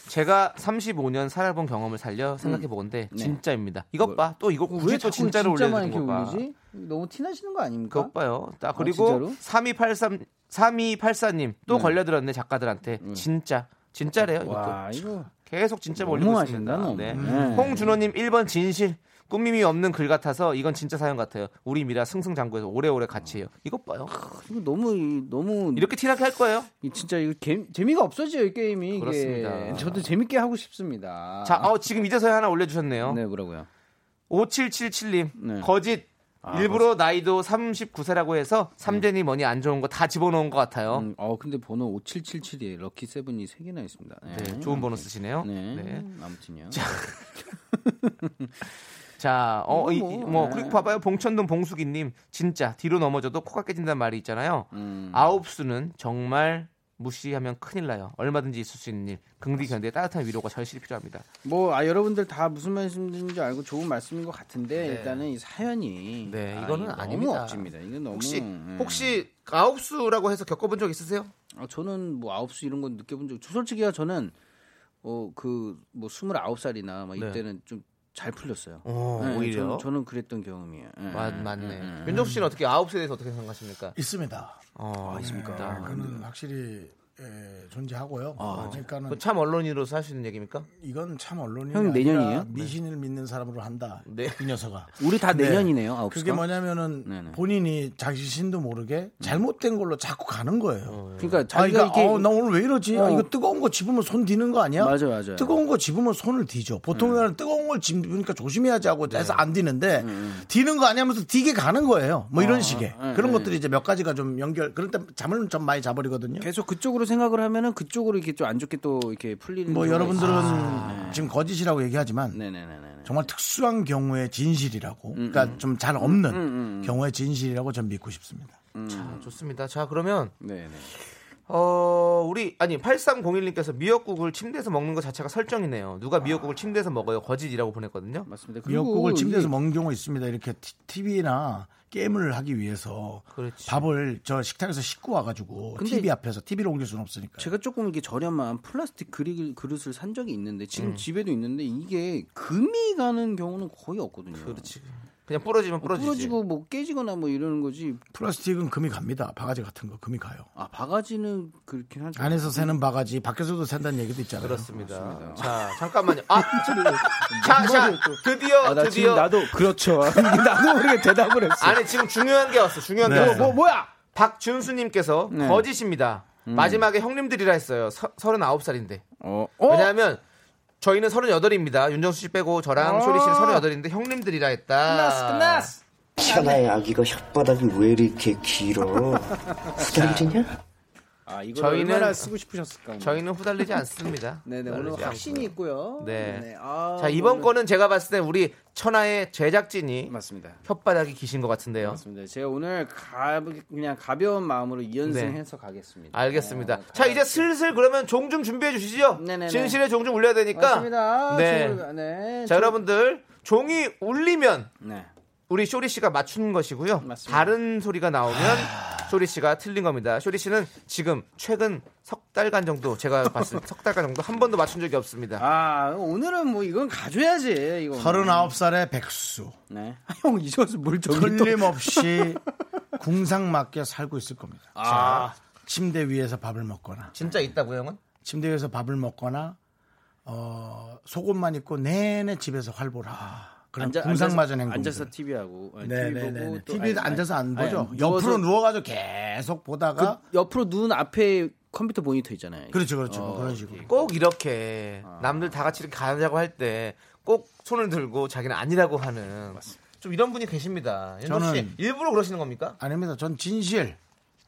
[SPEAKER 2] 제가 35년 살아본 경험을 살려 생각해보건데
[SPEAKER 7] 네.
[SPEAKER 2] 진짜입니다. 이것
[SPEAKER 7] 뭘-
[SPEAKER 2] 봐. 또 이거 굳이
[SPEAKER 7] 왜
[SPEAKER 2] 또
[SPEAKER 7] 자꾸
[SPEAKER 2] 진짜로
[SPEAKER 7] 진짜만
[SPEAKER 2] 올려주는
[SPEAKER 7] 이렇게
[SPEAKER 2] 거 봐.
[SPEAKER 7] 올리지? 너무 티나시는 거 아닙니까?
[SPEAKER 2] 그것 봐요. 딱
[SPEAKER 7] 아,
[SPEAKER 2] 그리고
[SPEAKER 7] 진짜로?
[SPEAKER 2] 3283 3284님 또 걸려들었네 작가들한테 진짜 진짜래요 이것도
[SPEAKER 7] 음. 와 이거
[SPEAKER 2] 계속 진짜
[SPEAKER 7] 너무
[SPEAKER 2] 몰리고
[SPEAKER 7] 아쉽다,
[SPEAKER 2] 있습니다.
[SPEAKER 7] 너무.
[SPEAKER 2] 네.
[SPEAKER 7] 네.
[SPEAKER 2] 홍준호님 1번 진실 꾸밈이 없는 글 같아서 이건 진짜 사연 같아요. 우리 미라 승승장구해서 오래오래 같이 해요. 이것 봐요.
[SPEAKER 7] 이거 너무 이- 너무
[SPEAKER 2] 이렇게 티나게 할 거예요.
[SPEAKER 7] 이 진짜 이거 게, 재미가 없어져요 이 게임이. 이게.
[SPEAKER 2] 그렇습니다.
[SPEAKER 7] 저도 재밌게 하고 싶습니다.
[SPEAKER 2] 자, 어, 지금 이제서야 하나 올려주셨네요.
[SPEAKER 7] 네 뭐라고요?
[SPEAKER 2] 5777님
[SPEAKER 7] 네.
[SPEAKER 2] 거짓 일부러 나이도 39세라고 해서 삼재니 뭐니 안 좋은 거 다 집어넣은 것 같아요.
[SPEAKER 7] 네. 음, 어 근데 번호 5777이 럭키 세븐이 세 개나 있습니다. 네.
[SPEAKER 2] 네, 좋은 번호 쓰시네요.
[SPEAKER 7] 네.
[SPEAKER 2] 네.
[SPEAKER 7] 아무튼요.
[SPEAKER 2] 자, 어, 이, 이-
[SPEAKER 7] 뭐,
[SPEAKER 2] 뭐
[SPEAKER 7] 네.
[SPEAKER 2] 그리고 봐봐요. 봉천동 봉숙이님 진짜 뒤로 넘어져도 코가 깨진다는 말이 있잖아요.
[SPEAKER 7] 음.
[SPEAKER 2] 아홉 수는 정말 무시하면 큰일 나요. 얼마든지 있을 수 있는 일. 긍디 견디의 따뜻한 위로가 절실히 필요합니다.
[SPEAKER 7] 뭐 아, 여러분들 다 무슨 말씀인지 알고 좋은 말씀인 것 같은데 일단은 이 사연이
[SPEAKER 2] 네,
[SPEAKER 7] 아,
[SPEAKER 2] 이거는
[SPEAKER 7] 이거 너무
[SPEAKER 2] 아닙니다.
[SPEAKER 7] 억지입니다. 이건 너무
[SPEAKER 2] 혹시
[SPEAKER 7] 예.
[SPEAKER 2] 혹시 아홉 수라고 해서 겪어본 적 있으세요?
[SPEAKER 7] 아, 저는 뭐 아홉 수 이런 건 느껴본 적. 솔직히야 저는 어 그 뭐 스물아홉 살이나 막
[SPEAKER 2] 네.
[SPEAKER 7] 이때는 좀 잘 풀렸어요.
[SPEAKER 2] 어,
[SPEAKER 7] 예,
[SPEAKER 2] 오히려.
[SPEAKER 7] 저는, 저는 그랬던 경험이에요. 예.
[SPEAKER 2] 맞, 맞네. 음, 윤정수 씨는 어떻게 아홉 세에 대해서 어떻게 생각하십니까?
[SPEAKER 1] 있습니다.
[SPEAKER 2] 어, 있습니까?
[SPEAKER 1] 그는
[SPEAKER 7] 아,
[SPEAKER 1] 확실히 예, 존재하고요. 그러니까는
[SPEAKER 2] 그참 언론인으로서 할 수 있는 얘기입니까?
[SPEAKER 1] 이건 참 언론이
[SPEAKER 7] 형 내년이에요? 네.
[SPEAKER 1] 아니라 미신을 믿는 사람으로 한다. 이
[SPEAKER 2] 네.
[SPEAKER 7] <laughs>
[SPEAKER 1] 녀석아.
[SPEAKER 7] 우리 다
[SPEAKER 1] 네.
[SPEAKER 7] 내년이네요. 아홉
[SPEAKER 1] 그게
[SPEAKER 7] 수가.
[SPEAKER 1] 뭐냐면은
[SPEAKER 7] 그렇죠? 네네.
[SPEAKER 1] 본인이 자기 자신도 모르게 잘못된 걸로 자꾸 가는 거예요.
[SPEAKER 7] 그러니까
[SPEAKER 1] 아,
[SPEAKER 7] 자기가
[SPEAKER 1] 이거
[SPEAKER 7] 이렇게
[SPEAKER 1] 어, 나 오늘 왜 이러지? 아,
[SPEAKER 7] 어.
[SPEAKER 1] 이거 뜨거운 거 집으면 손 디는 거 아니야?
[SPEAKER 7] 맞아요, 음. 맞아요.
[SPEAKER 1] 뜨거운 거 집으면 손을 디죠. 보통은 뜨거운 걸 집으니까 그러니까 조심해야지 하고
[SPEAKER 7] 네.
[SPEAKER 1] 해서 안 디는데
[SPEAKER 7] 음,
[SPEAKER 1] 디는 거 아니면서 디게 가는 거예요. 뭐
[SPEAKER 7] 아,
[SPEAKER 1] 이런 식의
[SPEAKER 7] 네.
[SPEAKER 1] 그런 것들이 이제 몇 가지가 좀 연결. 그럴 때 잠을 좀 많이 자버리거든요.
[SPEAKER 7] 계속 그쪽으로 생각을 하면은 그쪽으로 이렇게 좀 안 좋게 또 이렇게 풀리는
[SPEAKER 1] 뭐
[SPEAKER 7] 경우가
[SPEAKER 1] 여러분들은
[SPEAKER 7] 있어요.
[SPEAKER 1] 지금 거짓이라고 얘기하지만
[SPEAKER 7] 아, 네. 네네네네. 음,
[SPEAKER 1] 정말 특수한 경우의 진실이라고 그러니까 좀 잘 없는 경우의 진실이라고 전 믿고 싶습니다.
[SPEAKER 2] 자, 좋습니다. 자, 그러면
[SPEAKER 7] 네네.
[SPEAKER 2] 어, 우리 아니 8301님께서 미역국을 침대에서 먹는 것 자체가 설정이네요. 누가 미역국을 침대에서 먹어요? 거짓이라고 보냈거든요.
[SPEAKER 7] 맞습니다. 그리고
[SPEAKER 1] 미역국을
[SPEAKER 7] 이게-
[SPEAKER 1] 침대에서 먹는 경우 있습니다. 이렇게 TV나 게임을 하기 위해서
[SPEAKER 2] 그렇지.
[SPEAKER 1] 밥을 저 식탁에서 씻고 와가지고
[SPEAKER 7] 근데-
[SPEAKER 1] TV 앞에서 TV로 옮길 수는 없으니까.
[SPEAKER 7] 제가 조금 이렇게 저렴한 플라스틱 그릇, 그릇을 산 적이 있는데 지금
[SPEAKER 1] 음.
[SPEAKER 7] 집에도 있는데 이게 금이 가는 경우는 거의 없거든요.
[SPEAKER 2] 그렇지. 그냥 부러지면 부러지지.
[SPEAKER 7] 부러지고 뭐 깨지거나 뭐 이러는 거지.
[SPEAKER 1] 플라스틱은 금이 갑니다. 바가지 같은 거 금이 가요.
[SPEAKER 7] 아 바가지는 그렇긴 하죠.
[SPEAKER 1] 안에서 새는 바가지, 밖에서도 샌다는 얘기도 있잖아요.
[SPEAKER 2] 그렇습니다. 자, 잠깐만요.
[SPEAKER 7] <laughs>
[SPEAKER 2] 아, 자, 자, 드디어
[SPEAKER 7] 아, 나
[SPEAKER 2] 드디어
[SPEAKER 7] 지금 나도 그렇죠. <laughs> 나도 모르게 대답을 했어.
[SPEAKER 2] 아니 지금 중요한 게 왔어. 중요한 게
[SPEAKER 1] 네.
[SPEAKER 2] 왔어.
[SPEAKER 7] 뭐 뭐야?
[SPEAKER 2] 박준수님께서
[SPEAKER 7] 네.
[SPEAKER 2] 거짓입니다. 마지막에 형님들이라 했어요. 서, 39살인데.
[SPEAKER 7] 어.
[SPEAKER 2] 왜냐하면 저희는 38입니다. 윤정수 씨 빼고 저랑
[SPEAKER 7] 어.
[SPEAKER 2] 쇼리 씨는 38인데 형님들이라 했다.
[SPEAKER 7] 끝났어, 끝났어.
[SPEAKER 10] 천하의 아기가 혓바닥이 왜 이렇게 길어? 후달리냐?
[SPEAKER 7] 아 이거
[SPEAKER 2] 저희는-
[SPEAKER 7] 얼마나 쓰고 싶으셨을까? 오늘.
[SPEAKER 2] 저희는 후달리지 않습니다.
[SPEAKER 7] 음. <laughs> 네네 오늘
[SPEAKER 2] 후달리지
[SPEAKER 7] 확신이
[SPEAKER 2] 않고요.
[SPEAKER 7] 있고요.
[SPEAKER 2] 네.
[SPEAKER 7] 아,
[SPEAKER 2] 자 이번
[SPEAKER 7] 오늘-
[SPEAKER 2] 거는 제가 봤을 때 우리 천하의 제작진이
[SPEAKER 7] 맞습니다.
[SPEAKER 2] 혓바닥이 기신 것 같은데요.
[SPEAKER 7] 맞습니다. 제가 오늘 가, 그냥 가벼운 마음으로 이연승해서 가겠습니다.
[SPEAKER 2] 네. 알겠습니다.
[SPEAKER 7] 어,
[SPEAKER 2] 자 이제 슬슬 그러면 종 좀 준비해 주시죠.
[SPEAKER 7] 네네네.
[SPEAKER 2] 진실의 종 좀 울려야 되니까.
[SPEAKER 7] 맞습니다.
[SPEAKER 2] 네.
[SPEAKER 7] 저를- 네. 저-
[SPEAKER 2] 자 여러분들 종이 울리면
[SPEAKER 7] 네.
[SPEAKER 2] 우리 쇼리 씨가 맞춘 것이고요.
[SPEAKER 7] 맞습니다.
[SPEAKER 2] 다른 소리가 나오면 쇼리 씨가 틀린 겁니다. 쇼리 씨는 지금 최근 석 달간 정도 제가
[SPEAKER 7] <laughs>
[SPEAKER 2] 봤을 때 석 달간 정도 한 번도 맞춘 적이 없습니다.
[SPEAKER 7] 아 오늘은 뭐 이건 가져야지 이거.
[SPEAKER 1] 39살의 백수.
[SPEAKER 2] <laughs>
[SPEAKER 7] 네. 형 이제서 물 저기 또.
[SPEAKER 1] 틀림없이 <laughs> 궁상맞게 살고 있을 겁니다.
[SPEAKER 7] 아,
[SPEAKER 1] 자, 침대 위에서 밥을 먹거나
[SPEAKER 2] 진짜 있다고 형은?
[SPEAKER 1] 침대 위에서 밥을 먹거나 어, 속옷만 입고 내내 집에서 활보를 하. 그런
[SPEAKER 7] 앉아-
[SPEAKER 1] 궁상맞은 행동.
[SPEAKER 7] 앉아서 TV 하고 아니, TV 보고
[SPEAKER 1] 네네네.
[SPEAKER 7] 또
[SPEAKER 1] TV도
[SPEAKER 7] 아니,
[SPEAKER 1] 앉아서 안
[SPEAKER 7] 아니,
[SPEAKER 1] 보죠.
[SPEAKER 7] 아니,
[SPEAKER 1] 옆으로
[SPEAKER 7] 누워서-
[SPEAKER 1] 누워가지고 계속 보다가
[SPEAKER 7] 그 옆으로 눈 앞에 컴퓨터 모니터 있잖아요.
[SPEAKER 1] 그, 렇죠 그렇죠.
[SPEAKER 7] 어,
[SPEAKER 1] 그런 식으로.
[SPEAKER 2] 꼭 이렇게 남들 다 같이 이렇게 가자고 할 때 꼭 손을 들고 자기는 아니라고 하는 좀 이런 분이 계십니다. 윤정 씨
[SPEAKER 1] 저는-
[SPEAKER 2] 일부러 그러시는 겁니까?
[SPEAKER 1] 아닙니다. 전 진실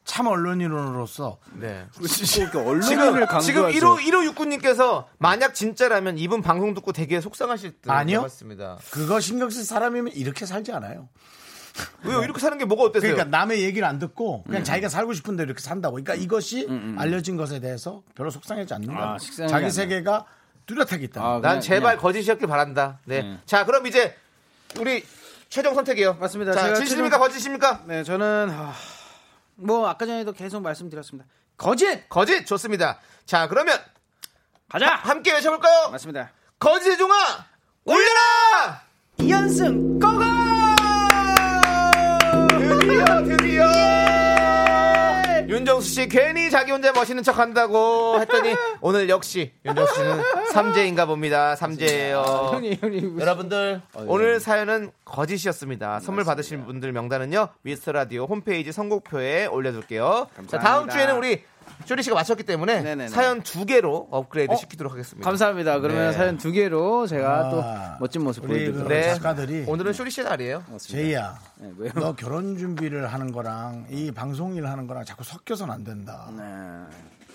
[SPEAKER 1] 참 언론인으로서
[SPEAKER 2] 네.
[SPEAKER 7] 꼭 언론을
[SPEAKER 2] 지금
[SPEAKER 7] 강조하죠.
[SPEAKER 2] 지금 1호 1호 6군님께서 만약 진짜라면 이분 방송 듣고 되게 속상하실 듯
[SPEAKER 1] 아니요.
[SPEAKER 2] 같습니다.
[SPEAKER 1] 그거 신경 쓸 사람이면 이렇게 살지 않아요.
[SPEAKER 2] 왜요? 이렇게 사는 게 뭐가 어때서요?
[SPEAKER 1] 그러니까 남의 얘기를 안 듣고
[SPEAKER 7] 음.
[SPEAKER 1] 그냥 자기가 살고 싶은 대로 이렇게 산다고. 그러니까 이것이 알려진 것에 대해서 별로 속상하지 않는다.
[SPEAKER 7] 아, 식상하지
[SPEAKER 1] 자기
[SPEAKER 7] 않네요.
[SPEAKER 1] 세계가 뚜렷하게 있다.
[SPEAKER 7] 아,
[SPEAKER 2] 난
[SPEAKER 7] 그냥-
[SPEAKER 2] 제발 거짓이었길 바란다. 네. 자, 그럼 이제 우리 최종 선택이에요.
[SPEAKER 7] 맞습니다.
[SPEAKER 2] 자,
[SPEAKER 7] 제가
[SPEAKER 2] 진실입니까?
[SPEAKER 7] 최종-
[SPEAKER 2] 거짓입니까?
[SPEAKER 7] 네, 저는 아, 뭐 아까 전에도 계속 말씀드렸습니다. 거짓
[SPEAKER 2] 거짓 좋습니다. 자, 그러면
[SPEAKER 7] 가자.
[SPEAKER 2] 함께 외쳐볼까요?
[SPEAKER 7] 맞습니다.
[SPEAKER 2] 거짓의 종아 올려라!
[SPEAKER 7] 이연승 고고! <laughs>
[SPEAKER 2] 드디어 드디어
[SPEAKER 7] 예!
[SPEAKER 2] 윤정수 씨 괜히 자기 혼자 멋있는 척한다고
[SPEAKER 7] <laughs>
[SPEAKER 2] 했더니 오늘 역시 윤정수 씨는 삼재인가 봅니다. 삼재예요.
[SPEAKER 7] 아, 형님, 형님.
[SPEAKER 2] 여러분들 오늘 사연은 거짓이었습니다. 선물 받으실 분들 명단은요 미스터 라디오 홈페이지 선곡표에 올려둘게요. 자 다음
[SPEAKER 7] 감사합니다.
[SPEAKER 2] 주에는 우리 쇼리 씨가 맞췄기 때문에 사연 두 개로 업그레이드 시키도록 하겠습니다.
[SPEAKER 7] 감사합니다. 그러면
[SPEAKER 2] 네.
[SPEAKER 7] 사연 두 개로 제가
[SPEAKER 2] 아,
[SPEAKER 7] 또 멋진 모습
[SPEAKER 2] 우리
[SPEAKER 7] 보여드리도록 네.
[SPEAKER 2] 그
[SPEAKER 7] 하겠습니다.
[SPEAKER 1] 작가들이
[SPEAKER 2] 오늘은 쇼리 씨 날이에요.
[SPEAKER 7] 어,
[SPEAKER 1] 제이야,
[SPEAKER 7] 왜요?
[SPEAKER 1] 너 결혼 준비를 하는 거랑 이 방송 일 하는 거랑 자꾸 섞여서는 안 된다.
[SPEAKER 7] 아,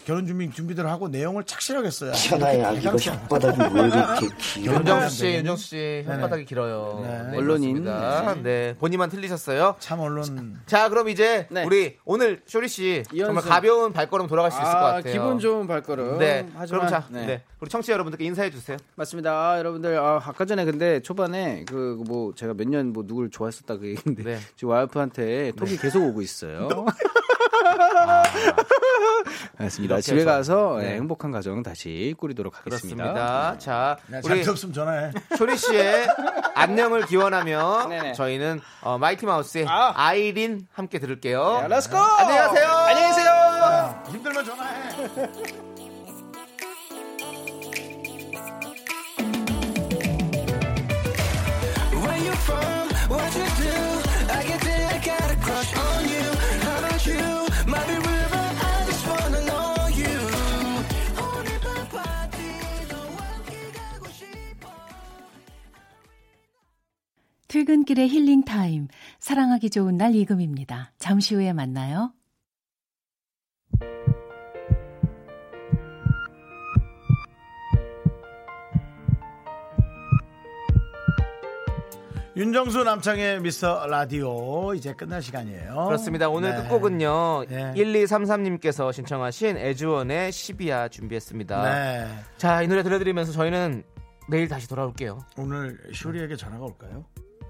[SPEAKER 1] 결혼 준비 준비들 하고 내용을 착실하게 써야.
[SPEAKER 10] 천하의 아기가 혓바닥이 왜 이렇게 길어?
[SPEAKER 2] 윤정수 씨, 윤정수 씨 혓바닥이 길어요. 네, 그렇습니다. 네, 본인만 틀리셨어요.
[SPEAKER 1] 참 언론.
[SPEAKER 2] 자, 그럼 이제 우리 오늘 쇼리 씨 정말
[SPEAKER 7] 네. 이현수.
[SPEAKER 2] 가벼운 발걸음 돌아갈 수 있을 것 같아요.
[SPEAKER 7] 기분 좋은 발걸음.
[SPEAKER 2] 네.
[SPEAKER 7] 하지만
[SPEAKER 2] 그럼 자,
[SPEAKER 7] 네.
[SPEAKER 2] 네. 우리 청취자 여러분들께 인사해 주세요.
[SPEAKER 7] 맞습니다. 여러분들 아, 아까 전에 근데 초반에 그 뭐 제가 몇 년 뭐 누굴 좋아했었다 그 얘기인데
[SPEAKER 2] 네.
[SPEAKER 7] <laughs> 지금 와이프한테 톡이 계속 오고 있어요. <laughs> 알겠습니다.
[SPEAKER 2] 이렇게
[SPEAKER 7] 집에
[SPEAKER 2] 해서,
[SPEAKER 7] 가서
[SPEAKER 2] 네.
[SPEAKER 7] 예, 행복한 가정 다시 꾸리도록 하겠습니다. 네.
[SPEAKER 2] 그렇습니다. 자,
[SPEAKER 1] 우리 없으면 전화해.
[SPEAKER 2] 쇼리 씨의 안녕을 기원하며
[SPEAKER 7] 네,
[SPEAKER 2] 저희는 어, 마이티 마우스의 아. 이린 함께 들을게요.
[SPEAKER 7] 렛츠고!
[SPEAKER 2] 안녕하세요.
[SPEAKER 7] 네, 안녕히 계세요.
[SPEAKER 1] 힘들면 전화해.
[SPEAKER 8] Where you from? What you do? I can tell I got a crush on you. How about you? Maybe river, I just wanna know you. 오늘 밤 파티도 함께 가고 싶어.
[SPEAKER 11] 퇴근길의 힐링 타임. 사랑하기 좋은 날 이금입니다. 잠시 후에 만나요.
[SPEAKER 1] 윤정수 남창의 미스터 라디오 이제 끝날 시간이에요.
[SPEAKER 2] 그렇습니다. 오늘
[SPEAKER 1] 네.
[SPEAKER 2] 끝곡은요.
[SPEAKER 1] 네.
[SPEAKER 2] 1233님께서 신청하신 애주원의 시비야 준비했습니다.
[SPEAKER 1] 네.
[SPEAKER 2] 자, 이 노래 들려드리면서 저희는 내일 다시 돌아올게요.
[SPEAKER 1] 오늘 쇼리에게 전화가 올까요?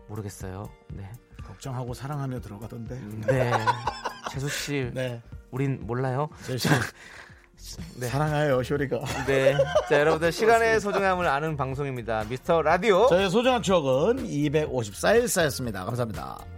[SPEAKER 2] 모르겠어요. 네.
[SPEAKER 1] 걱정하고 사랑하며 들어가던데. <laughs>
[SPEAKER 2] 네. 재수 씨.
[SPEAKER 1] 네.
[SPEAKER 2] 우린 몰라요.
[SPEAKER 1] 재수
[SPEAKER 2] <laughs>
[SPEAKER 1] 사랑해요 쇼리가.
[SPEAKER 2] 네. 자, 여러분들 시간의 소중함을 아는 방송입니다. 미스터 라디오.
[SPEAKER 1] 저의 소중한 추억은 254일 쌓였습니다. 감사합니다.